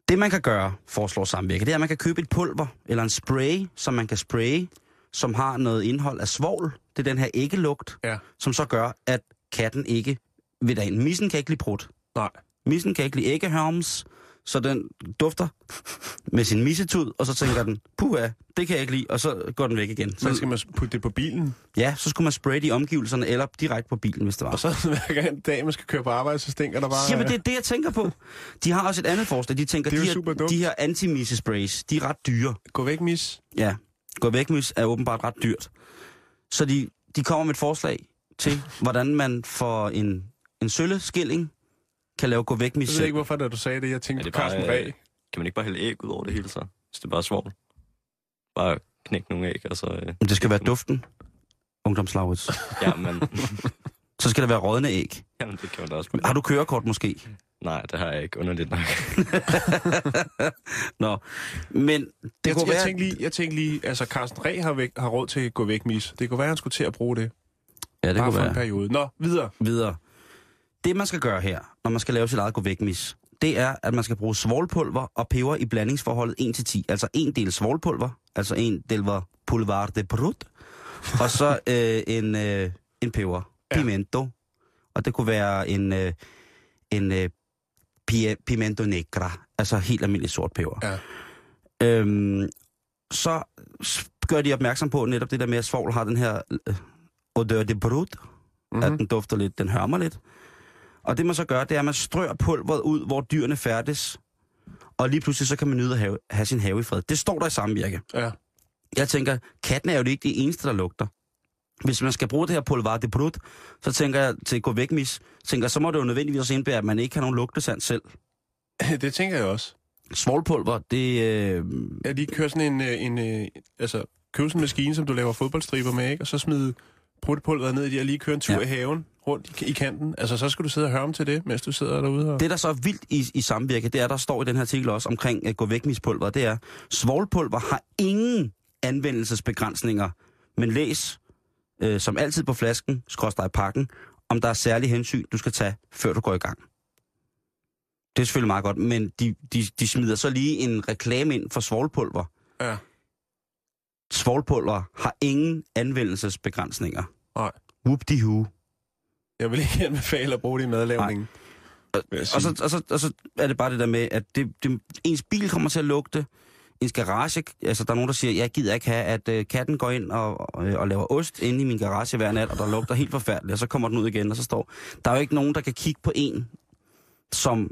Det man kan gøre, foreslår samvirke, det er, at man kan købe et pulver eller en spray, som man kan spraye, som har noget indhold af svovl. Det er den her æggelugt,
Ja.
som så gør, at katten ikke vil derind. Missen kan ikke lide brudt.
Nej.
Missen kan ikke lide æggehermes, så den dufter med sin missetud, og så tænker den, puha, det kan jeg ikke lide, og så går den væk igen. Så
Så skal man putte det på bilen,
Ja, så skulle man spraye det i omgivelserne, eller direkte på bilen, hvis det var.
og så hver gang dag, man skal køre på arbejde, så stinker der bare...
Jamen, det er det, jeg tænker på. De har også et andet forslag. De tænker,
Det er jo
de
super
her,
dumt.
de her anti-missesprays, de er ret dyre.
Gå væk, mis.
Ja, gå væk mys er åbenbart ret dyrt. Så de, de kommer med et forslag. til, hvordan man for en, en sølle skilling kan lave gå
Jeg
væk
ved ikke,
misel.
hvorfor da du sagde det, jeg
Er
tænkte
det
på Carsten
bare, øh,
Ræ.
Kan man ikke bare hælde æg ud over det hele så? Hvis det bare er svovl. Bare knække nogle æg, og så... Øh,
Men det skal være duften, ungdomslavets.
ja, men,
Så skal der være rådne æg.
jamen, det kan man da også godt.
Har du kørekort måske?
Nej, det har jeg ikke underligt nok.
Nå, men det
jeg,
kunne
jeg,
være...
tænkte lige, jeg tænkte lige, altså Carsten Ræ har, væk, har råd til at gå væk, mis. Det kunne være, han skulle til at bruge det.
ja, det
bare
kunne
for en
være.
periode. Nå, videre.
Videre. Det, man skal gøre her, når man skal lave sit eget gå væk mis, det er, at man skal bruge svovlpulver og peber i blandingsforholdet 1-10. Altså en del svovlpulver, altså en del var pulvar de brut, og så øh, en, øh, en peber,
Ja.
pimento, og det kunne være en, øh, en øh, pie- pimento negra, altså helt almindelig sort peber.
Ja.
Øhm, så s- gør de opmærksom på netop det der med, at svovl har den her øh, odeur de brut, mm-hmm. at den dufter lidt, den hørmer lidt. Og det man så gør, det er, at man strør pulveret ud, hvor dyrene færdes, og lige pludselig så kan man nyde at have, have sin have i fred. Det står der i samvirke.
Ja.
Jeg tænker, katten er jo ikke det eneste, der lugter. Hvis man skal bruge det her pulvar de brut, så tænker jeg til gå væk mis, tænker, så må det jo nødvendigvis også indbære, at man ikke har nogen lugtesand selv.
det tænker jeg også.
Svolpulver, det, øh,
Jeg lige kører sådan en, øh, en øh, altså, købe sådan en maskine, som du laver fodboldstriber med, ikke? og så smide brudtepulveret ned i det, og lige køre en tur
Ja.
ja. i haven rundt i, i kanten. Altså, så skal du sidde og høre om til det, mens du sidder derude. Og...
Det, der så er vildt i, i samvirke, det er, der står i den her artikel også omkring at gå væk mispulveret, det er, svovlpulver har ingen anvendelsesbegrænsninger, men læs, øh, som altid på flasken, skråstrej pakken, om der er særlige hensyn, du skal tage, før du går i gang. Det er selvfølgelig meget godt, men de, de, de smider så lige en reklame ind for svovlpulver.
Ja.
Svovlpulver har ingen anvendelsesbegrænsninger.
Nej.
whoop de hoo
Jeg vil ikke anbefale at bruge det i madlavningen. vil jeg
Og
sige.
så, og, så, og så er det bare det der med, at det, det, ens bil kommer til at lugte, ens garage, altså der er nogen, der siger, jeg gider ikke have, at øh, katten går ind og, øh, og, og laver ost inde i min garage hver nat, og der lugter helt forfærdeligt, og så kommer den ud igen, og så står, der er jo ikke nogen, der kan kigge på en, som,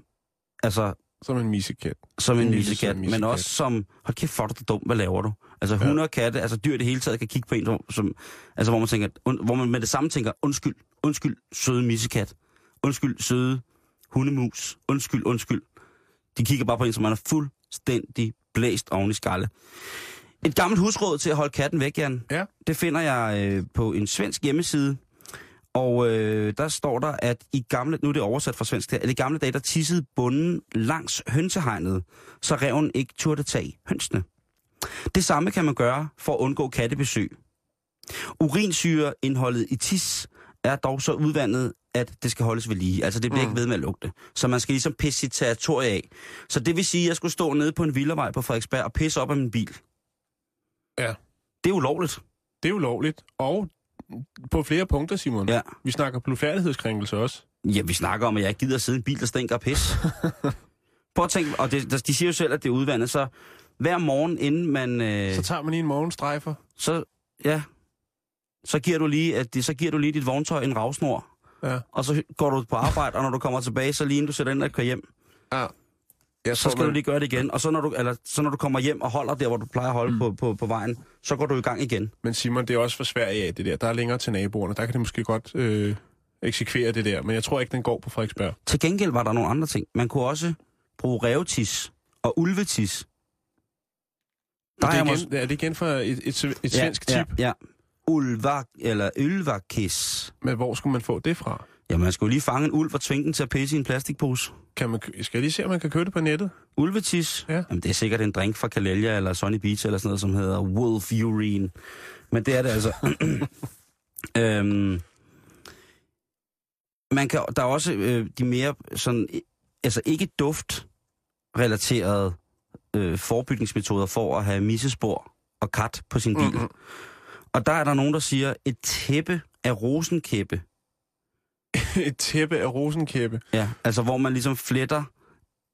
altså,
Som en misekat.
som en
En lille
missekat,
sød
men
missekat.
også som, hold kæft, for du dum, hvad laver du? Altså hunde og katte, altså dyr i det hele taget kan kigge på en, som- som, altså, hvor, man tænker, und, hvor man med det samme tænker, undskyld, undskyld, søde missekat, undskyld, søde hundemus, undskyld, undskyld. De kigger bare på en, som man er fuldstændig blæst oven i skalle. Et gammelt husråd til at holde katten væk, Jan.
Ja.
Det finder jeg øh, på en svensk hjemmeside. Og øh, der står der, at i gamle, nu er det oversat fra svensk, der, at i gamle dage, der tissede bunden langs hønsehegnet, så reven ikke turde tage hønsene. Det samme kan man gøre for at undgå kattebesøg. Urinsyreindholdet i tis er dog så udvandet, at det skal holdes ved lige. Altså det bliver mm. ikke ved med at lugte. Så man skal ligesom pisse sit territorie af. Så det vil sige, at jeg skulle stå nede på en villavej på Frederiksberg og pisse op af min bil.
Ja.
Det er ulovligt.
Det er ulovligt, og på flere punkter, Simon.
Ja.
Vi snakker blufærdighedskrænkelse også.
Ja, vi snakker om, at jeg ikke gider sidde i en bil, der stinker af pis. Prøv at tænke, og det, der- de siger jo selv, at det er udvandet, så hver morgen, inden man... Øh,
Så tager man lige en morgenstrejfer.
så, ja, så giver, du lige, at det, så giver du lige dit vogntøj en ravsnor,
Ja.
og så går du på arbejde, og når du kommer tilbage, så lige inden du sætter ind og kører hjem,
Jeg
så
tror,
skal
man-
du lige gøre det igen. Og så når du, eller, så når du kommer hjem og holder der, hvor du plejer at holde mm. på, på, på vejen, så går du i gang igen.
Men Simon, det er også for Sverige af det der. Der er længere til naboerne. Der kan det måske godt øh, eksekvere det der. Men jeg tror ikke, den går på Frederiksberg.
Til gengæld var der nogle andre ting. Man kunne også bruge revetis og ulvetis.
Der er,
er jeg
det igen, er det igen for et, et, et svensk
ja,
tip? Ja.
Ja, ja. Ulva, eller ylvakis.
Men hvor skulle man få det fra?
Ja, man skulle lige fange en ulv og tvinge den til at pisse i en plastikpose.
Kan man, kø- skal jeg lige se, om man kan købe det på nettet?
Ulvetis.
Ja.
Jamen, det er sikkert en drink fra Kalela eller Sunny Beach eller sådan noget, som hedder Wolf Urine. Men det er det altså. øhm, man kan, der er også øh, de mere sådan, øh, altså ikke duft-relaterede øh, forebygningsmetoder for at have missespor og kat på sin bil. Mm-hmm. Og der er der nogen, der siger, et tæppe af rosenkæppe.
et tæppe af rosenkæppe.
Ja. Altså hvor man ligesom fletter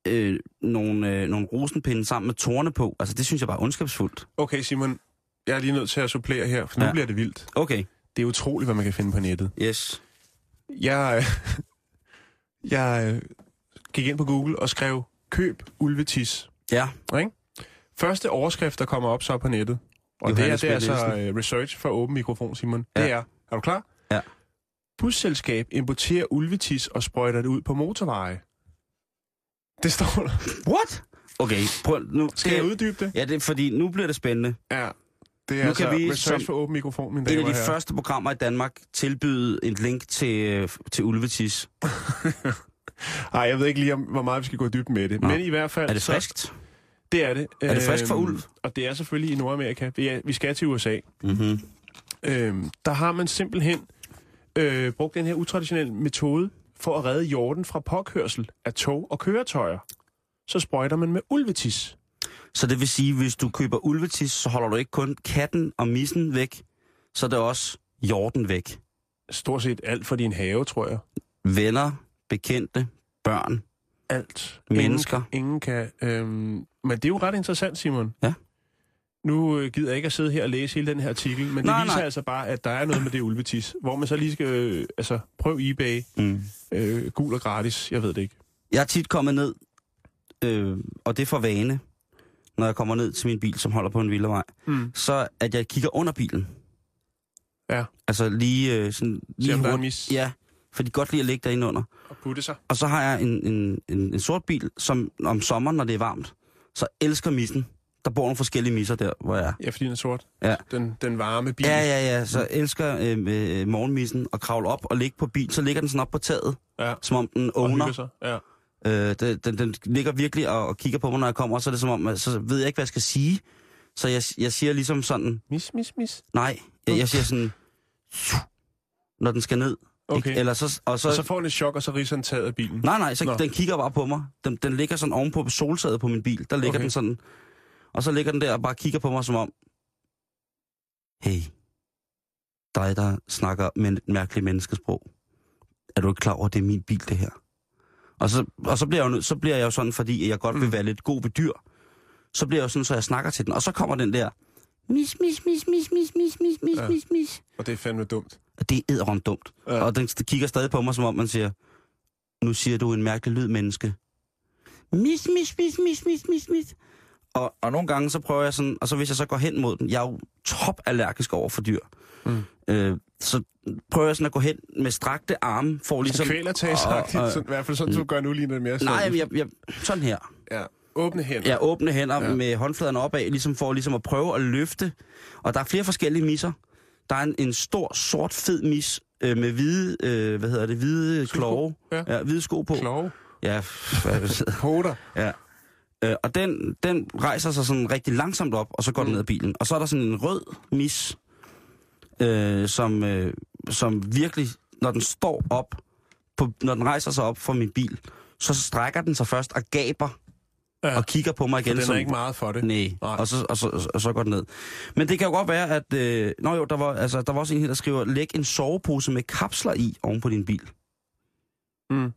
øh, nogle, øh, nogle rosenpinde sammen med tårne på. Altså det synes jeg bare er ondskabsfuldt.
Okay, Simon, jeg er lige nødt til at supplere her, for nu
Ja.
ja. bliver det vildt.
Okay.
Det er utroligt, hvad man kan finde på nettet.
Yes.
Jeg, øh, jeg øh, gik ind på Google og skrev, køb ulvetis.
Ja.
Første overskrift, der kommer op så på nettet, og
Johannes
det er, det er
B.
altså
Nielsen.
øh, research fra åben mikrofon, Simon, ja.
Ja.
det er, er du klar?
Ja.
busselskab importerer ulvetis og sprøjter det ud på motorveje. Det står der.
What? Okay, prøv nu.
Skal jeg uddybe det?
Ja, det er, fordi nu bliver det spændende.
Ja. Det er
Nu
altså
kan vi
research
som-
for åben mikrofon, mine
Et af
damer
de
og herrer.
første programmer i Danmark tilbyde en link til, øh, til Ulvetis.
Ej, jeg ved ikke lige, om, hvor meget vi skal gå dybt med det.
Nå.
Men i hvert fald...
Er det
så-
friskt?
Det er det.
Er det frisk for
Øhm,
ulv?
Og det er selvfølgelig i Nordamerika. Vi, er, vi skal til USA.
Mm-hmm.
Øhm, der har man simpelthen øh, brugt den her utraditionelle metode for at redde jorden fra påkørsel af tog og køretøjer. Så sprøjter man med ulvetis.
Så det vil sige, hvis du køber Ulvetis, så holder du ikke kun katten og missen væk, så er det også jorden væk.
Stort set alt for din have, tror jeg.
Venner, bekendte, børn.
Alt.
Mennesker.
Ingen, ingen kan. Øhm, men det er jo ret interessant, Simon.
Ja.
Nu øh, gider jeg ikke at sidde her og læse hele den her artikel, men
Nej,
det viser
nej.
altså bare, at der er noget med det ulvetis, hvor man så lige skal øh, altså, prøve eBay,
Mm.
øh, gul og gratis, jeg ved det ikke.
Jeg er tit kommet ned, øh, og det er for vane, når jeg kommer ned til min bil, som holder på en villavej,
Mm.
så at jeg kigger under bilen.
Ja.
Altså lige øh, sådan... Lige
om der er en
hurtigt.
mis.
Ja, for de kan godt lide at ligge derinde under.
Og putte sig.
Og så har jeg en, en, en, en sort bil, som om sommeren, når det er varmt, så elsker missen. Der bor nogle forskellige misser der, hvor jeg er.
Ja, fordi den er sort.
Ja.
Den, den varme bil.
Ja, ja, ja. Så elsker øh, øh, morgenmissen at kravle op og ligge på bilen. Så ligger den sådan op på taget,
ja.
som om den
Og hygger
owner.
sig. Ja.
Øh, den, den, den ligger virkelig og, og kigger på mig, når jeg kommer, og så er det som om, at, så ved jeg ikke, hvad jeg skal sige. Så jeg, jeg siger ligesom sådan,
Mis, mis, mis.
nej. Jeg, jeg siger sådan, når den skal ned.
Okay.
Ikke? Eller så, og så,
Og så får den et chok, og så riser den taget af bilen.
Nej, nej, så
Mm-hmm. Nå.
Nå. den kigger bare på mig. Den, den ligger sådan ovenpå på solsædet på min bil. Der
Okay.
ligger okay. den sådan. Og så ligger den der og bare kigger på mig som om, hey, dig der snakker med et mærkeligt menneskesprog. Er du ikke klar over, at det er min bil, det her? Og så, og så bliver jeg jo nødt- så bliver jeg jo sådan, fordi jeg
Mm.
godt vil være lidt god ved dyr. Så bliver jeg jo sådan, så jeg snakker til den. Og så kommer den der, mis, mis, mis, mis, mis, mis, mis, mis,
Ja.
mis, mis.
Og det er fandme dumt.
Og det er edderom dumt.
Ja.
Ja. Og den kigger stadig på mig, som om man siger, nu siger du en mærkelig lyd, menneske. Mis, mis, mis, mis, mis, mis, mis. Og, og nogle gange, så prøver jeg sådan, og så hvis jeg så går hen mod den, jeg er jo top allergisk over for dyr.
Mm.
Øh, så prøver jeg sådan at gå hen med strakte arme, for
Ligesom,
ligesom...
Kvælertagsagtigt.
og- og-
sådan, I hvert fald sådan, du gør nu, ligner det mere sådan.
Nej, jeg, jeg, sådan her.
Ja. Åbne hænder.
Jeg åbne hænder
Ja.
ja. med håndfladerne opad, ligesom for ligesom at prøve at løfte. Og der er flere forskellige misser. Der er en, en stor, sort, fed mis øh, med hvide, øh, hvad hedder det, hvide
Sko på.
kloge.
Ja.
ja, hvide sko på.
Kloge.
Ja, f- hvad er det?
Hoder.
ja. Øh, og den, den rejser sig sådan rigtig langsomt op, og så
Mm.
går den ned ad bilen. Og så er der sådan en rød mis, øh, som, øh, som virkelig, når den står op, på, når den rejser sig op fra min bil, så strækker den sig først og gaber
Ja.
og kigger på mig
For
igen.
den er
som-
ikke meget for det.
Nej,
Nej.
og så, og, så, og så går den ned. Men det kan jo godt være, at... Øh, nå jo, der var, altså, der var også en her, der skriver, læg en sovepose med kapsler i oven på din bil.
Mm.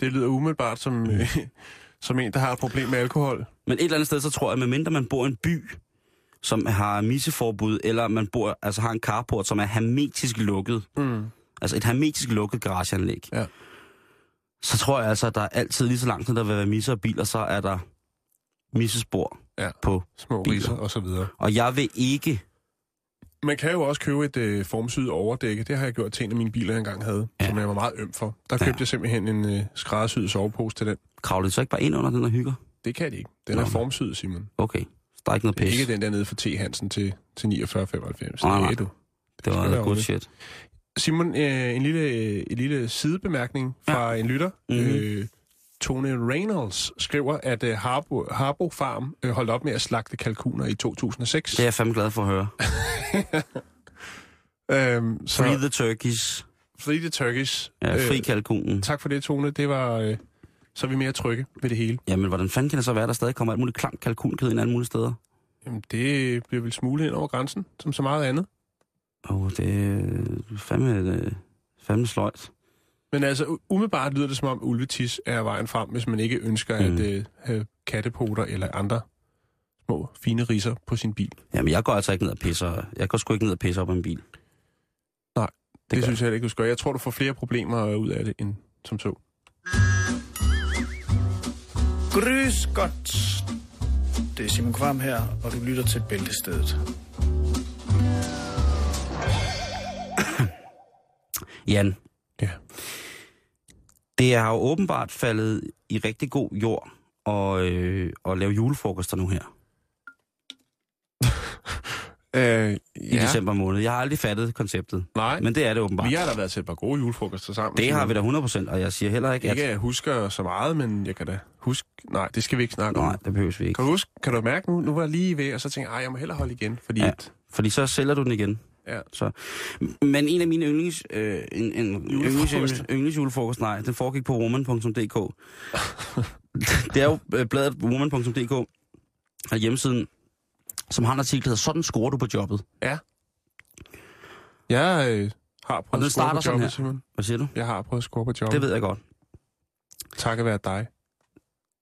Det lyder umiddelbart
Mm.
som, øh, som en, der har et problem med alkohol.
Men et eller andet sted, så tror jeg, medmindre man bor i en by, som har misseforbud, eller man bor, altså har en carport, som er hermetisk lukket,
Mm.
altså et hermetisk lukket garageanlæg,
Ja.
så tror jeg altså, at der er altid lige så langt, når der vil være misser og biler, så er der missespor
Ja.
på.
Små
Biler.
riser og så videre.
Og jeg vil ikke...
Man kan jo også købe et øh, formsyet overdække. Det har jeg gjort til en af mine biler, jeg engang havde, ja.
Ja.
som jeg var meget øm for. Der købte ja. jeg simpelthen en øh, skræddersyet sovepose til den.
Kravle så ikke bare ind under den og hygger?
Det kan de ikke. Den
Nå.
er formsyet, Simon.
Okay, der er ikke noget
Det er
pis.
ikke den der nede fra T. Hansen til, til 4995.
Nej,
Det
nej.
er du.
det
skal være
var good
ordentligt.
shit.
Simon, øh, en, lille, øh, en lille sidebemærkning fra ja. en lytter.
Mhm.
Mm-hmm. Øh, Tone Reynolds skriver, at øh, Harbo, Harbo Farm øh, holdt op med at slagte kalkuner i 2006.
Det er jeg fandme glad for at høre.
Altså, Øhm, så
Free
free,
the turkeys.
free the Turkish.
Ja, fri
Øh,
kalkunen.
tak for det, Tone. Det var... Øh, så er vi mere trygge ved det hele.
Jamen, hvordan fanden kan det så være, at der stadig kommer alt muligt klamt kalkunkød ind alle mulige steder?
Jamen, det bliver vel smuglet ind over grænsen, som så meget andet.
Åh, oh, det er fandme, øh, fandme sløjt.
Men altså, u- umiddelbart lyder det som om ulvetis er vejen frem, hvis man ikke ønsker mm.
Mm.
at øh, have kattepoter eller andre små fine riser på sin bil. Det,
Jamen, jeg går altså ikke ned og pisser. Jeg går sgu ikke ned og pisser op af en bil.
Nej, det
gør
synes jeg heller ikke, du skal gøre. Jeg tror, du får flere problemer øh, ud af det, end som så.
Grys godt. Det er Simon Kvam her, og du lytter til Bæltestedet.
Jan.
Ja.
Det er jo åbenbart faldet i rigtig god jord at, øh, at lave julefrokoster nu her
Øh,
i december måned. Jeg har aldrig fattet konceptet,
Nej,
men det er det åbenbart.
vi har da været til et par gode julefrokoster sammen.
Det har vi da 100%, og jeg siger heller ikke, at...
Ikke at jeg husker så meget, men jeg kan da huske... Nej, det skal vi ikke snakke om.
Nej, det behøves vi ikke.
Kan du, huske, kan du mærke nu, nu var jeg lige ved, og så tænkte jeg, "Ej, jeg må hellere holde igen, fordi...
Ja.
Ja.
Fordi så sælger du den igen.
Ja.
Så. Men en af mine yndlings... Øh, en, en yndlings,
Julefrokoster.
yndlings julefrokost, nej, den foregik på roman.dk. det er jo øh, bladet roman.dk og hjemmesiden, som har en artikel, der hedder Sådan scorer du på jobbet.
Jeg øh, har prøvet
den
at score
starter
på
sådan her.
jobbet, Simon.
Hvad siger du?
Jeg har prøvet at score på jobbet.
Det ved jeg godt.
Takket være dig.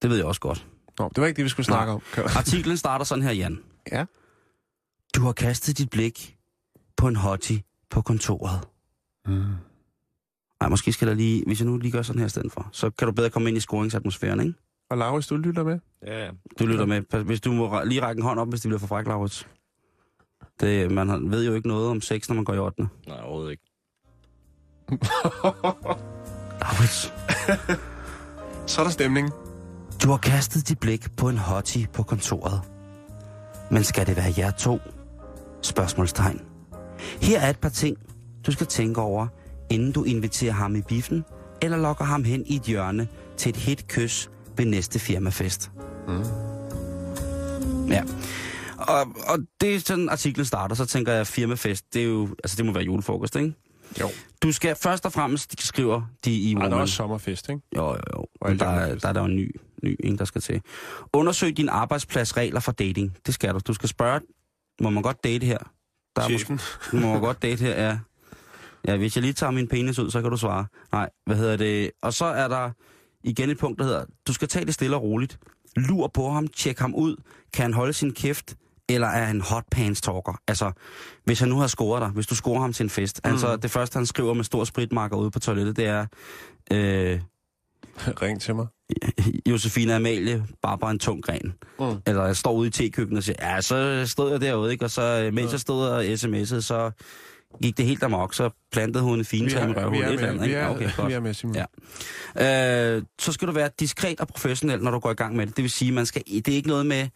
Det ved jeg også godt.
Nå, det var ikke det, vi skulle snakke om. Kan-
Artiklen starter sådan her, Jan.
Ja.
Du har kastet dit blik på en hottie på kontoret.
Mm.
Nej, måske skal der lige... Hvis jeg nu lige gør sådan her i stedet for, så kan du bedre komme ind i scoringsatmosfæren, ikke?
Og Laurits, du lytter med?
Ja, ja.
Du lytter med. Pas- Hvis du må ra- lige række en hånd op, hvis det bliver for fræk, Laurits. Det, man har- ved jo ikke noget om sex, når man går i 8.
Nej, overhovedet ikke.
Laurits.
Så er der stemning.
Du har kastet dit blik på en hottie på kontoret. Men skal det være jer to? Spørgsmålstegn. Her er et par ting, du skal tænke over, inden du inviterer ham i biffen, eller lokker ham hen i et hjørne til et hit kys ved næste firmafest. Mm. Ja. Og, og det er sådan, artiklen starter, så tænker jeg, firmafest, det er jo, altså det må være julefrokost, ikke?
Jo.
Du skal først og fremmest, de skriver de i
Ej, der er
Woman.
også sommerfest, ikke?
Jo, jo, jo.
Og
Men
alt
der,
det
er-
andet.
der er der jo en ny, ny en, der skal til. Undersøg din arbejdsplads regler for dating. Det skal du. Du skal spørge, må man godt date her? Der er
Chefen.
må, må man godt date her, ja. Ja, hvis jeg lige tager min penis ud, så kan du svare. Nej, hvad hedder det? Og så er der igen et punkt, der hedder, du skal tage det stille og roligt. Lur på ham, tjek ham ud. Kan han holde sin kæft? Eller er han hot pants talker? Altså, hvis han nu har scoret dig, hvis du scorer ham til en fest. Mm. Altså, det første, han skriver med stor spritmarker ude på toilettet, det er, øh,
Ring til mig.
Josefine Amalie bare bare en tung gren. Mm.
Mm.
Eller jeg står ude i tekøkkenet og siger, ja, så stod jeg derude, ikke? Og så, øh, mens jeg stod og sms'ede, så gik det helt amok. Så plantede hun en fine træ med
vi
røvhul.
er
Et eller andet,
med, vi
ikke?
er,
Okay,
vi er
godt.
med, Simon.
Ja. Øh, så skal du være diskret og professionel, når du går i gang med det. Det vil sige, man skal, det er ikke noget med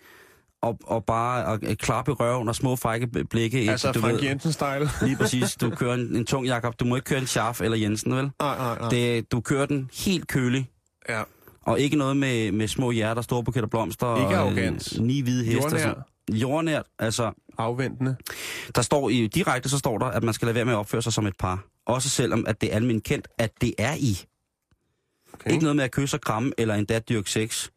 at, at bare at, at klappe i røven og små frække blikke. ikke?
Altså,
du
Frank
ved-
Jensen-style.
Lige præcis. Du kører en, en tung Jakob. Du må ikke køre en Scharf eller Jensen, vel?
Nej, nej, nej.
Det, du kører den helt kølig.
Ja.
Og ikke noget med, med små hjerter, store buketter blomster.
Ikke
og,
arrogant.
øh, Ni hvide heste. og sådan-
Jordnær.
Jordnært. Altså,
Afventende.
der står i, direkte, så står der, at man skal lade være med at opføre sig som et par. Også selvom, at det er almindeligt kendt, at det er I. Okay. Ikke noget med at kysse og kramme, eller endda dyrke sex.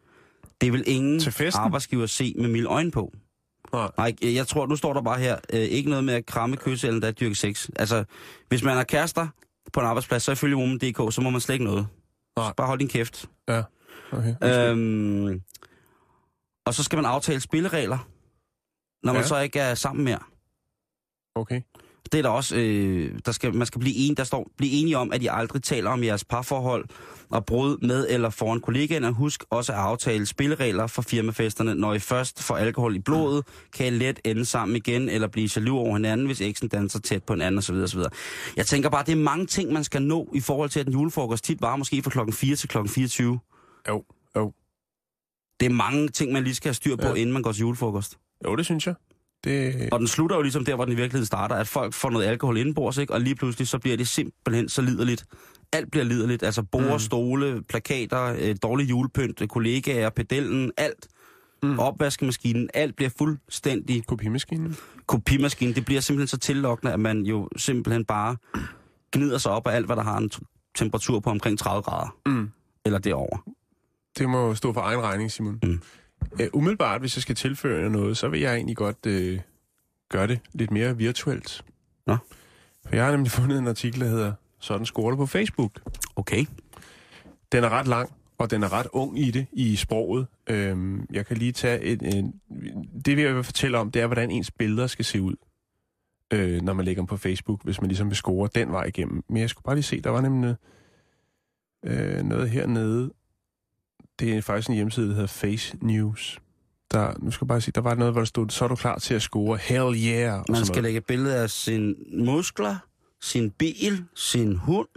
Det vil ingen
Til festen?
arbejdsgiver se med milde øjne på.
Nej.
Nej, jeg tror, nu står der bare her, øh, ikke noget med at kramme, kysse eller endda dyrke sex. Altså, hvis man er kærester på en arbejdsplads, så ifølge Woman.dk, så må man slet ikke noget.
Nej.
Så bare hold din kæft.
Ja. Okay.
Øhm, og så skal man aftale spilleregler, når man ja.
Ja.
så ikke er sammen mere.
okay.
Det er der også, øh, der skal, man skal blive en, der står, blive enige om, at I aldrig taler om jeres parforhold og brud med eller foran kollegaen, og husk også at aftale spilleregler for firmafesterne. Når I først får alkohol i blodet, kan I let ende sammen igen eller blive jaloux over hinanden, hvis eksen danser tæt på hinanden osv. osv. Jeg tænker bare, det er mange ting, man skal nå i forhold til, at en julefrokost tit var måske fra klokken 4 til klokken 24.
Jo, jo.
Det er mange ting, man lige skal have styr på, ja.
Ja.
inden man går til julefrokost.
Jo, det synes jeg. Det,
Og den slutter jo ligesom der, hvor den i virkeligheden starter, at folk får noget alkohol indenbords, ikke? og lige pludselig så bliver det simpelthen så liderligt. Alt bliver liderligt, altså borer, mm. stole, plakater, øh, dårlig julepynt, øh, kollegaer, pedellen, alt. Mm. Opvaskemaskinen, alt bliver fuldstændig
kopimaskinen.
kopimaskinen. Det bliver simpelthen så tillokkende, at man jo simpelthen bare gnider sig op af alt, hvad der har en t- temperatur på omkring 30 grader.
Mm.
Eller derover.
Det må stå for egen regning, Simon.
Mm.
Mm. umiddelbart, hvis jeg skal tilføre noget, så vil jeg egentlig godt øh, gøre det lidt mere virtuelt.
Nå.
For jeg har nemlig fundet en artikel, der hedder Sådan scorer du på Facebook.
Okay.
Den er ret lang, og den er ret ung i det, i sproget. Øhm, jeg kan lige tage et, en... Det, vil jeg vil fortælle om, det er, hvordan ens billeder skal se ud, øh, når man lægger dem på Facebook, hvis man ligesom vil score den vej igennem. Men jeg skulle bare lige se, der var nemlig øh, noget hernede. Det er faktisk en hjemmeside, der hedder Face News. Der, nu skal jeg bare sige, der var noget, hvor der stod, så er du klar til at score. Hell yeah! og sådan
Man skal
noget.
lægge et billede af sine muskler, sin bil, sin hund,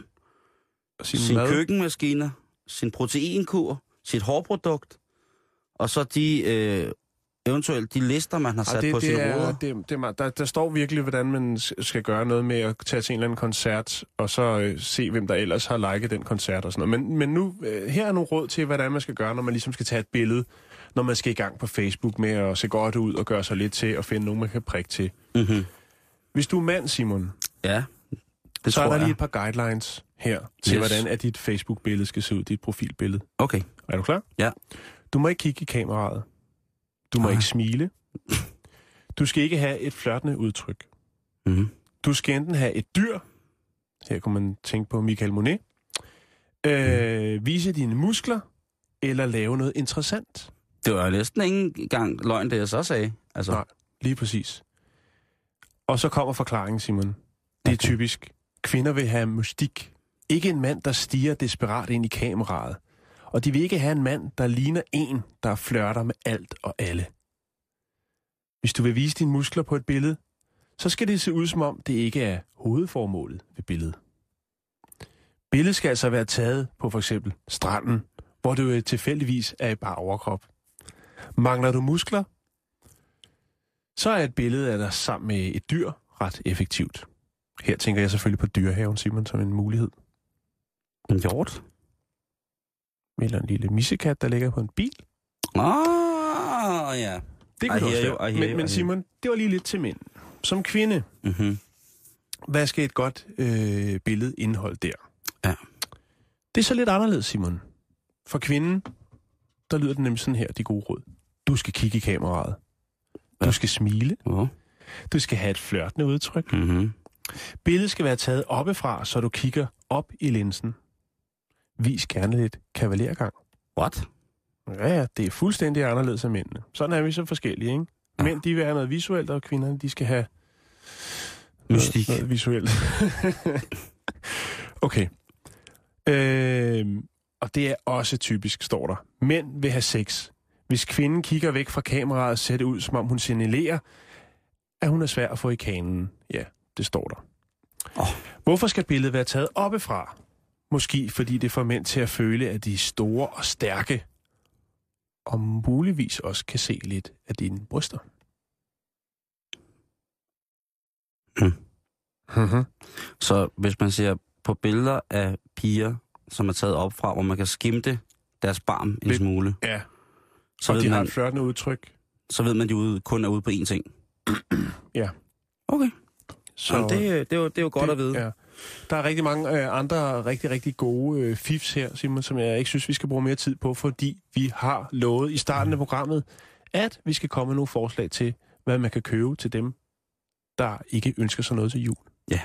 Sin,
sin, sin køkkenmaskiner, sin proteinkur, sit hårprodukt, og så de øh, eventuelt de lister, man har
Ej,
sat det, på
det,
sine
det er,
ruder.
det, det er meget, der, der står virkelig, hvordan man s- skal gøre noget med at tage til en eller anden koncert, og så øh, se, hvem der ellers har liket den koncert og sådan noget. Men, men nu, øh, her er nogle råd til, hvordan man skal gøre, når man ligesom skal tage et billede, når man skal i gang på Facebook med at se godt ud og gøre sig lidt til og finde nogen, man kan prikke til.
Mm-hmm.
Hvis du er mand, Simon,
Ja, det
så er
tror
der
jeg.
lige et par guidelines her til,
Yes.
hvordan at dit Facebook-billede skal se ud, dit profilbillede.
Okay,
Er du klar?
Ja.
Du må ikke kigge i kameraet. Du må
Nej.
ikke smile. Du skal ikke have et flørtende udtryk.
mm-hmm.
Du skal enten have et dyr, her kunne man tænke på Michael Monet, øh, vise dine muskler, eller lave noget interessant.
det var næsten ingen gang løgn, det jeg så sagde. Altså,
Nej. Lige præcis. Og så kommer forklaringen, Simon. Det er typisk. Kvinder vil have mystik. Ikke en mand, der stiger desperat ind i kameraet. Og de vil ikke have en mand, der ligner en, der flørter med alt og alle. Hvis du vil vise dine muskler på et billede, så skal det se ud som om, det ikke er hovedformålet ved billedet. Billedet skal altså være taget på for eksempel stranden, hvor du øh, tilfældigvis er i bare overkrop. Mangler du muskler, så er et billede af dig sammen med et dyr ret effektivt. Her tænker jeg selvfølgelig på dyrehaven, Simon, som en mulighed.
en hjort.
Eller en lille missekat, der ligger på en bil.
Ah, ja.
Det
I
kunne det også
hear you, I
være.
hear you,
Men,
I hear
men Simon, det var lige lidt til mænd. Som kvinde,
Mm-hmm.
hvad skal et godt øh, billede indeholde der?
Ja.
Det er så lidt anderledes, Simon. For kvinden, der lyder det nemlig sådan her, de gode råd. Du skal kigge i kameraet. Du
Ja.
skal smile.
Oh.
Du skal have et flørtende udtryk.
Mm-hmm.
Billedet skal være taget oppefra, så du kigger op i linsen. Vis gerne lidt kavalergang.
What?
Ja, ja, det er fuldstændig anderledes end mændene. Sådan er vi så forskellige, ikke?
Ja.
Mænd, de vil have noget visuelt, og kvinderne, de skal have
Mystik.
noget, noget visuelt. okay. Øhm, og det er også typisk, står der. Mænd vil have sex. Hvis kvinden kigger væk fra kameraet, ser det ud, som om hun signalerer, at hun er svær at få i kanen. Ja, det står der. Oh. Hvorfor skal billedet være taget oppefra? Måske fordi det får mænd til at føle, at de er store og stærke, og muligvis også kan se lidt af dine bryster.
Hmm.
Mm-hmm.
Så hvis man ser på billeder af piger, som er taget op fra, hvor man kan skimte deres barm en
Lidt.
smule,
Ja,
så
og de
ved,
har et
man,
flørtende udtryk.
så ved man, at de ude, kun er ude på én ting.
Ja.
Okay. Så Jamen, det, øh, det, er jo, det er jo godt
det-
at vide.
Ja. Der er rigtig mange øh, andre rigtig, rigtig gode øh, fifs her, Simon, som jeg ikke synes, vi skal bruge mere tid på, fordi vi har lovet i starten af
Mm.
programmet, at vi skal komme med nogle forslag til, hvad man kan købe til dem, der ikke ønsker sig noget til jul. Det,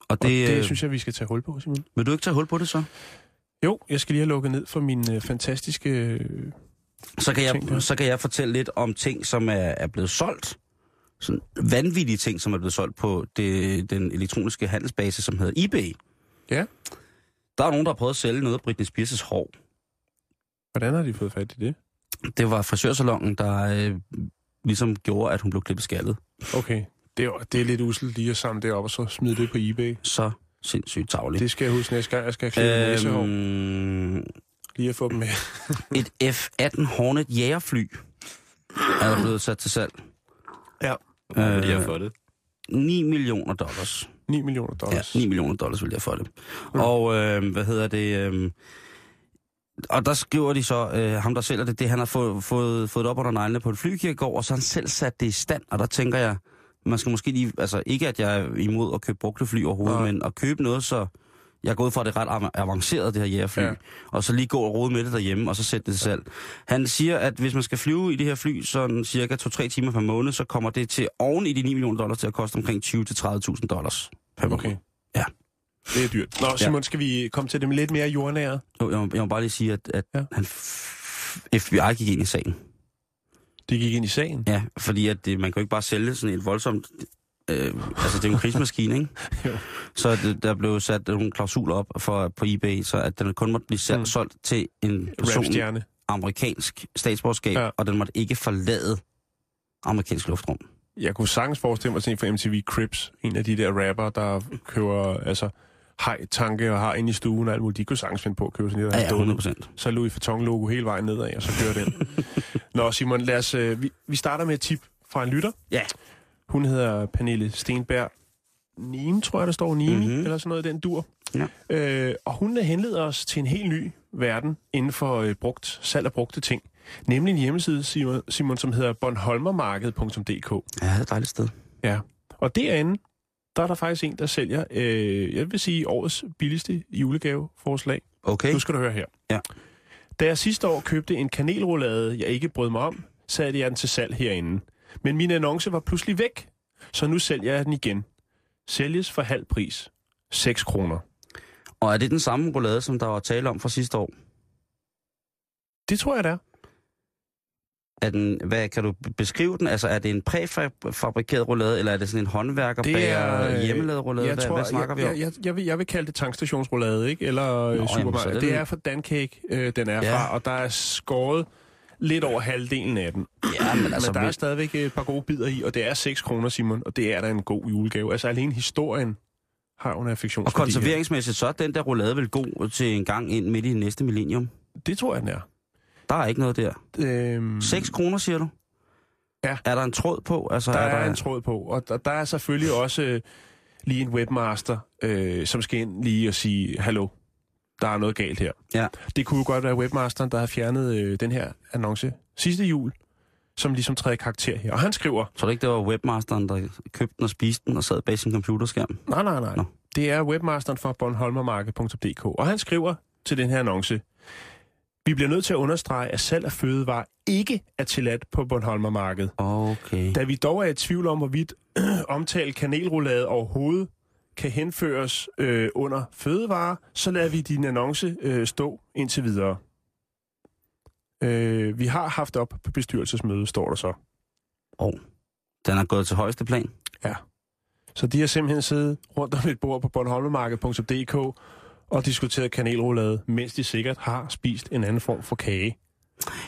Og
og
det,
det
øh,
synes jeg, vi skal tage hul på, Simon.
vil du ikke tage hul på det så?
Jo, jeg skal lige have lukket ned for min øh, fantastiske... Øh,
Så kan,
Tænk det.
jeg, så kan jeg fortælle lidt om ting, som er, er blevet solgt. Sådan vanvittige ting, som er blevet solgt på det, den elektroniske handelsbase, som hedder eBay.
Ja.
Der er nogen, der har prøvet at sælge noget af Britney Spears' hår.
hvordan har de fået fat i det?
Det var frisørsalongen, der øh, ligesom gjorde, at hun blev klippet skaldet.
Okay, det er, jo- det er lidt uselt lige at samle det op og så smide det på eBay.
Så sindssygt tavligt.
Det skal jeg huske næste gang, jeg skal have øhm... næsehår.
Øhm,
Lige at få dem med.
et F-18 Hornet jægerfly er der blevet sat til salg.
Ja.
Hvor meget vil de have for det?
9 millioner dollars.
9 millioner
Ja,
dollars.
9 millioner dollars vil jeg få det. Og øh, hvad hedder det... Øh, og der skriver de så, øh, ham der sælger det, det han har fået, fået, fået det op under neglene på et flykirkegård, og så har han selv sat det i stand, og der tænker jeg, man skal måske lige, altså ikke at jeg er imod at købe brugte fly overhovedet,
Nej.
men at købe noget, så jeg er gået fra, at det er ret av- avanceret, det her jægerfly,
Ja.
ja. og så lige gå og rode med det derhjemme, og så sætte det til salg. Han siger, at hvis man skal flyve i det her fly sådan cirka 2-3 timer per måned, så kommer det til oven i de 9 millioner dollars til at koste omkring 20-30.000 dollars per måned.
Okay.
Ja.
Det er dyrt. Nå, Simon, skal vi komme til det med lidt mere jordnære?
Jo, jeg, må, jeg må bare lige sige, at, at
Ja.
ja. han f- FBI gik ind i sagen.
Det gik ind i sagen.
Ja, fordi at det, man kan jo ikke bare sælge sådan et voldsomt... Øh, altså, det er jo en krigsmaskine, ikke?
Jo.
Så det, der blev sat nogle klausuler op for, på eBay, så at den kun måtte blive sat,
Mm.
mm. solgt til en person
Rapstjerne.
amerikansk statsborgerskab,
Ja.
ja. og den måtte ikke forlade amerikansk luftrum.
Jeg kunne sagtens forestille mig at se en fra MTV Crips, en af de der rapper, der kører altså, hej tanke og har ind i stuen og alt muligt. De kunne sagtens finde på at købe sådan et
Ja,
der
ja, 100 procent.
så Louis Vuitton logo hele vejen nedad, og så kører den. Nå Simon, lad os, øh, vi, vi starter med et tip fra en lytter.
Ja.
Hun hedder Pernille Stenberg Nime, tror jeg, der står Nime,
Mhm.
mm-hmm. eller sådan noget i den dur.
Ja.
Øh, og hun henleder os til en helt ny verden inden for øh, brugt, salg af brugte ting. Nemlig en hjemmeside, Simon, Simon som hedder bornholmermarked.dk.
Ja, det er et dejligt sted.
Ja. Og derinde, der er der faktisk en, der sælger, øh, jeg vil sige, årets billigste julegaveforslag.
Okay.
Nu skal du høre her.
Ja.
Da jeg sidste år købte en kanelroulade, jeg ikke brød mig om, satte jeg den til salg herinde. Men min annonce var pludselig væk, så nu sælger jeg den igen. Sælges for halv pris. 6 kroner.
Og er det den samme roulade, som der var tale om fra sidste år?
Det tror jeg, det er.
Er den, hvad kan du b- beskrive den? Altså, er det en præfabrikeret roulade, eller er det sådan en håndværker
Det er,
bærer
øh,
hjemmelavet roulade?
jeg
Hvad, hvad snakker
jeg,
vi om?
Jeg, jeg, jeg, vil, jeg vil kalde det tankstationsroulade, ikke? Eller
jamen,
Nå,
så er
supermarked.
det
det
den.
er fra Dancake, øh, den er
Ja.
ja. fra, og der er skåret lidt over halvdelen af den.
Ja, men altså,
Altså, Men der er
hvis-
stadigvæk et par gode bidder i, og det er 6 kroner, Simon, og det er da en god julegave. Altså alene historien har jo en affektion. øh,
og konserveringsmæssigt, så er den der roulade vel god til en gang ind midt i næste millennium.
Det tror jeg, den er.
Der er ikke noget der.
Øhm,
6 kroner, siger du?
Ja.
Er der en tråd på? Altså,
der er en tråd på, og der, der er selvfølgelig også øh, lige en webmaster, øh, som skal ind lige og sige, hallo, der er noget galt her.
Ja.
Det kunne jo godt være webmasteren, der har fjernet øh, den her annonce sidste jul, som ligesom træder i karakter her. Og han skriver,
Tror du ikke, det var webmasteren, der købte den og spiste den og sad bag sin computerskærm?
Nej, nej, nej.
Nå.
Nå. Det er webmasteren fra Bornholmermarked.dk, og han skriver til den her annonce, vi bliver nødt til at understrege, at salg af fødevarer ikke er tilladt på Bornholmermarked.
Okay.
Da vi dog er i tvivl om, hvorvidt omtalt kanelroulade overhovedet kan henføres øh, under fødevarer, så lader vi din annonce øh, stå indtil videre. Øh, vi har haft op på bestyrelsesmøde, står der så.
Den er gået til højeste plan.
Så de har simpelthen siddet rundt om et bord på bornholmermarked.dk og diskuteret kanelroulade, mens de sikkert har spist en anden form for kage.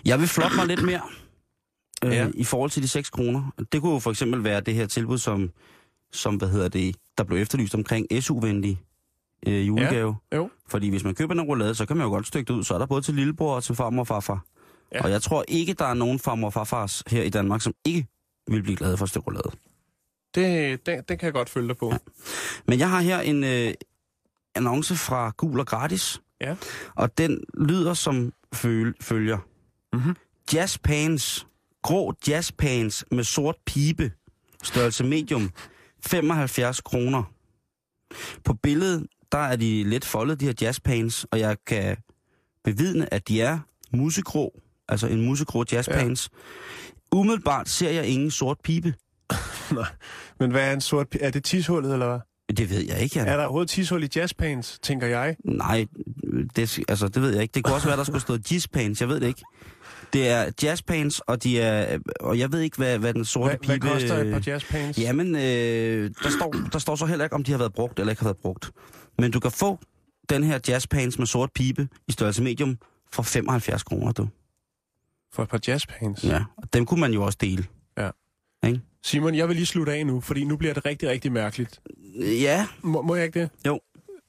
Jeg vil flotte mig lidt mere øh, ja.
Ja.
i forhold til de 6 kroner. Det kunne jo for eksempel være det her tilbud, som, som hvad hedder det, der blev efterlyst omkring SU-venlig øh, julegave. Ja.
Jo.
Fordi hvis man køber en roulade, så kan man jo godt stykke det ud. Så er der både til lillebror og til farmor og farfar. Ja.
Ja.
Og jeg tror ikke, der er nogen farmor og farfars her i Danmark, som ikke vil blive glade for et stykke roulade.
Det, den, den kan jeg godt følge dig på.
Men jeg har her en øh, annonce fra Gul og Gratis.
Ja.
Og den lyder som føl- følger.
Mhm.
Jazzpants. Grå jazzpants med sort pibe. Størrelse medium. 75 kroner. På billedet, der er de lidt foldet, de her jazzpants. Og jeg kan bevidne, at de er musegrå. Altså en musegrå jazzpants. Ja. Umiddelbart ser jeg ingen sort pibe.
Men hvad er en sort... pi- Er det tishullet, eller hvad?
Det ved jeg ikke, jeg
Er der overhovedet tishul i jazzpans, tænker jeg?
Nej, det, altså, det ved jeg ikke. Det kunne også være, der skulle stå jazzpants, jeg ved det ikke. Det er jazzpants, og, de er, og jeg ved ikke, hvad, hvad den sorte
Hvad,
pibe...
hvad koster et par jazzpans?
Jamen, øh, der, står, der står så heller ikke, om de har været brugt eller ikke har været brugt. Men du kan få den her jazzpants med sort pibe i størrelse medium for 75 kroner, du.
For et par jazzpans?
Ja, og dem kunne man jo også dele.
Simon, jeg vil lige slutte af nu, fordi nu bliver det rigtig, rigtig mærkeligt.
Ja,
Må, må jeg ikke det?
Jo.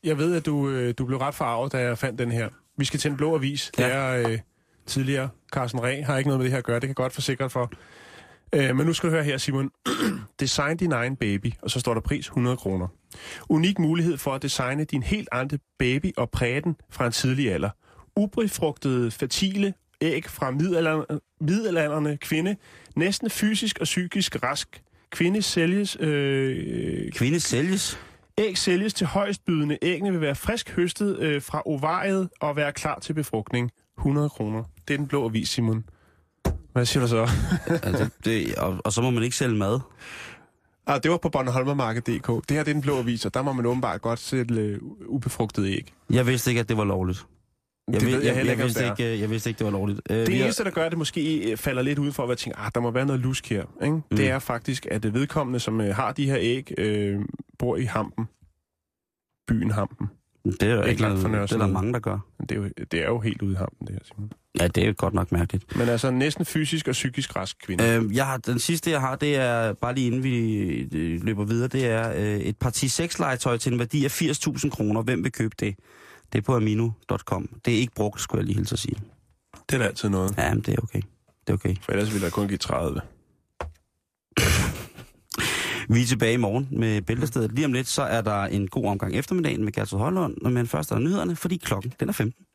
Jeg ved, at du, øh, du blev ret farvet, da jeg fandt den her. Vi skal til en blå avis. Det
Ja.
er øh, tidligere Carsten Reh. Har ikke noget med det her at gøre. Det kan jeg godt forsikre dig for. Øh, men nu skal du høre her, Simon. Design din egen baby, og så står der pris 100 kroner. Unik mulighed for at designe din helt andre baby og præge den fra en tidlig alder. Ubrifrugtede, fertile æg fra middelalderne, middelalderne kvinde, næsten fysisk og psykisk rask. Kvinde sælges øh,
kvinde sælges.
Æg sælges til højstbydende. Æggene vil være frisk høstet øh, fra ovariet og være klar til befrugtning. 100 kroner. Det er den blå avis, Simon. Hvad siger du så?
Ja, det, det, og, og så må man ikke sælge mad.
Ah, det var på Bornholmermarked.dk. Det her det er den blå avis, og der må man åbenbart godt sætte øh, ubefrugtede æg.
Jeg vidste ikke, at det var lovligt. Jeg,
det
ved-
ved jeg,
jeg,
heller
jeg,
ikke, om
jeg, vidste
det er.
ikke, øh, jeg vidste ikke, det var lovligt. Øh, vi
Det
har-
eneste, der gør, at det måske øh, falder lidt ud for, at jeg tænker, ah, der må være noget lusk her, ikke? Mm. det er faktisk, at øh, vedkommende, som øh, har de her æg, øh, bor i Hampen. Byen Hampen.
Det er der
Ikke
ikke
langt
noget,
fra
det er der
Nørresundby.
mange, der gør.
Men Det er, jo, det er jo helt ude i Hampen, det her, Simon.
Ja, det er jo godt nok mærkeligt.
Men altså næsten fysisk og psykisk rask kvinde. Øh.
Øh, jeg har, den sidste, jeg har, det er, bare lige inden vi øh, løber videre, det er øh, et parti sexlegetøj til en værdi af 80.000 kroner. Hvem vil købe det? Det er på amino.com. Det er ikke brugt, skulle jeg lige hilse at sige.
Det er da altid noget.
Ja, men det er okay. Det er okay.
For ellers ville jeg kun give 30.
Vi er tilbage i morgen med Bæltestedet. Lige om lidt, så er der en god omgang eftermiddagen med Gertrud Højlund, men først er der nyhederne, fordi klokken den er 15.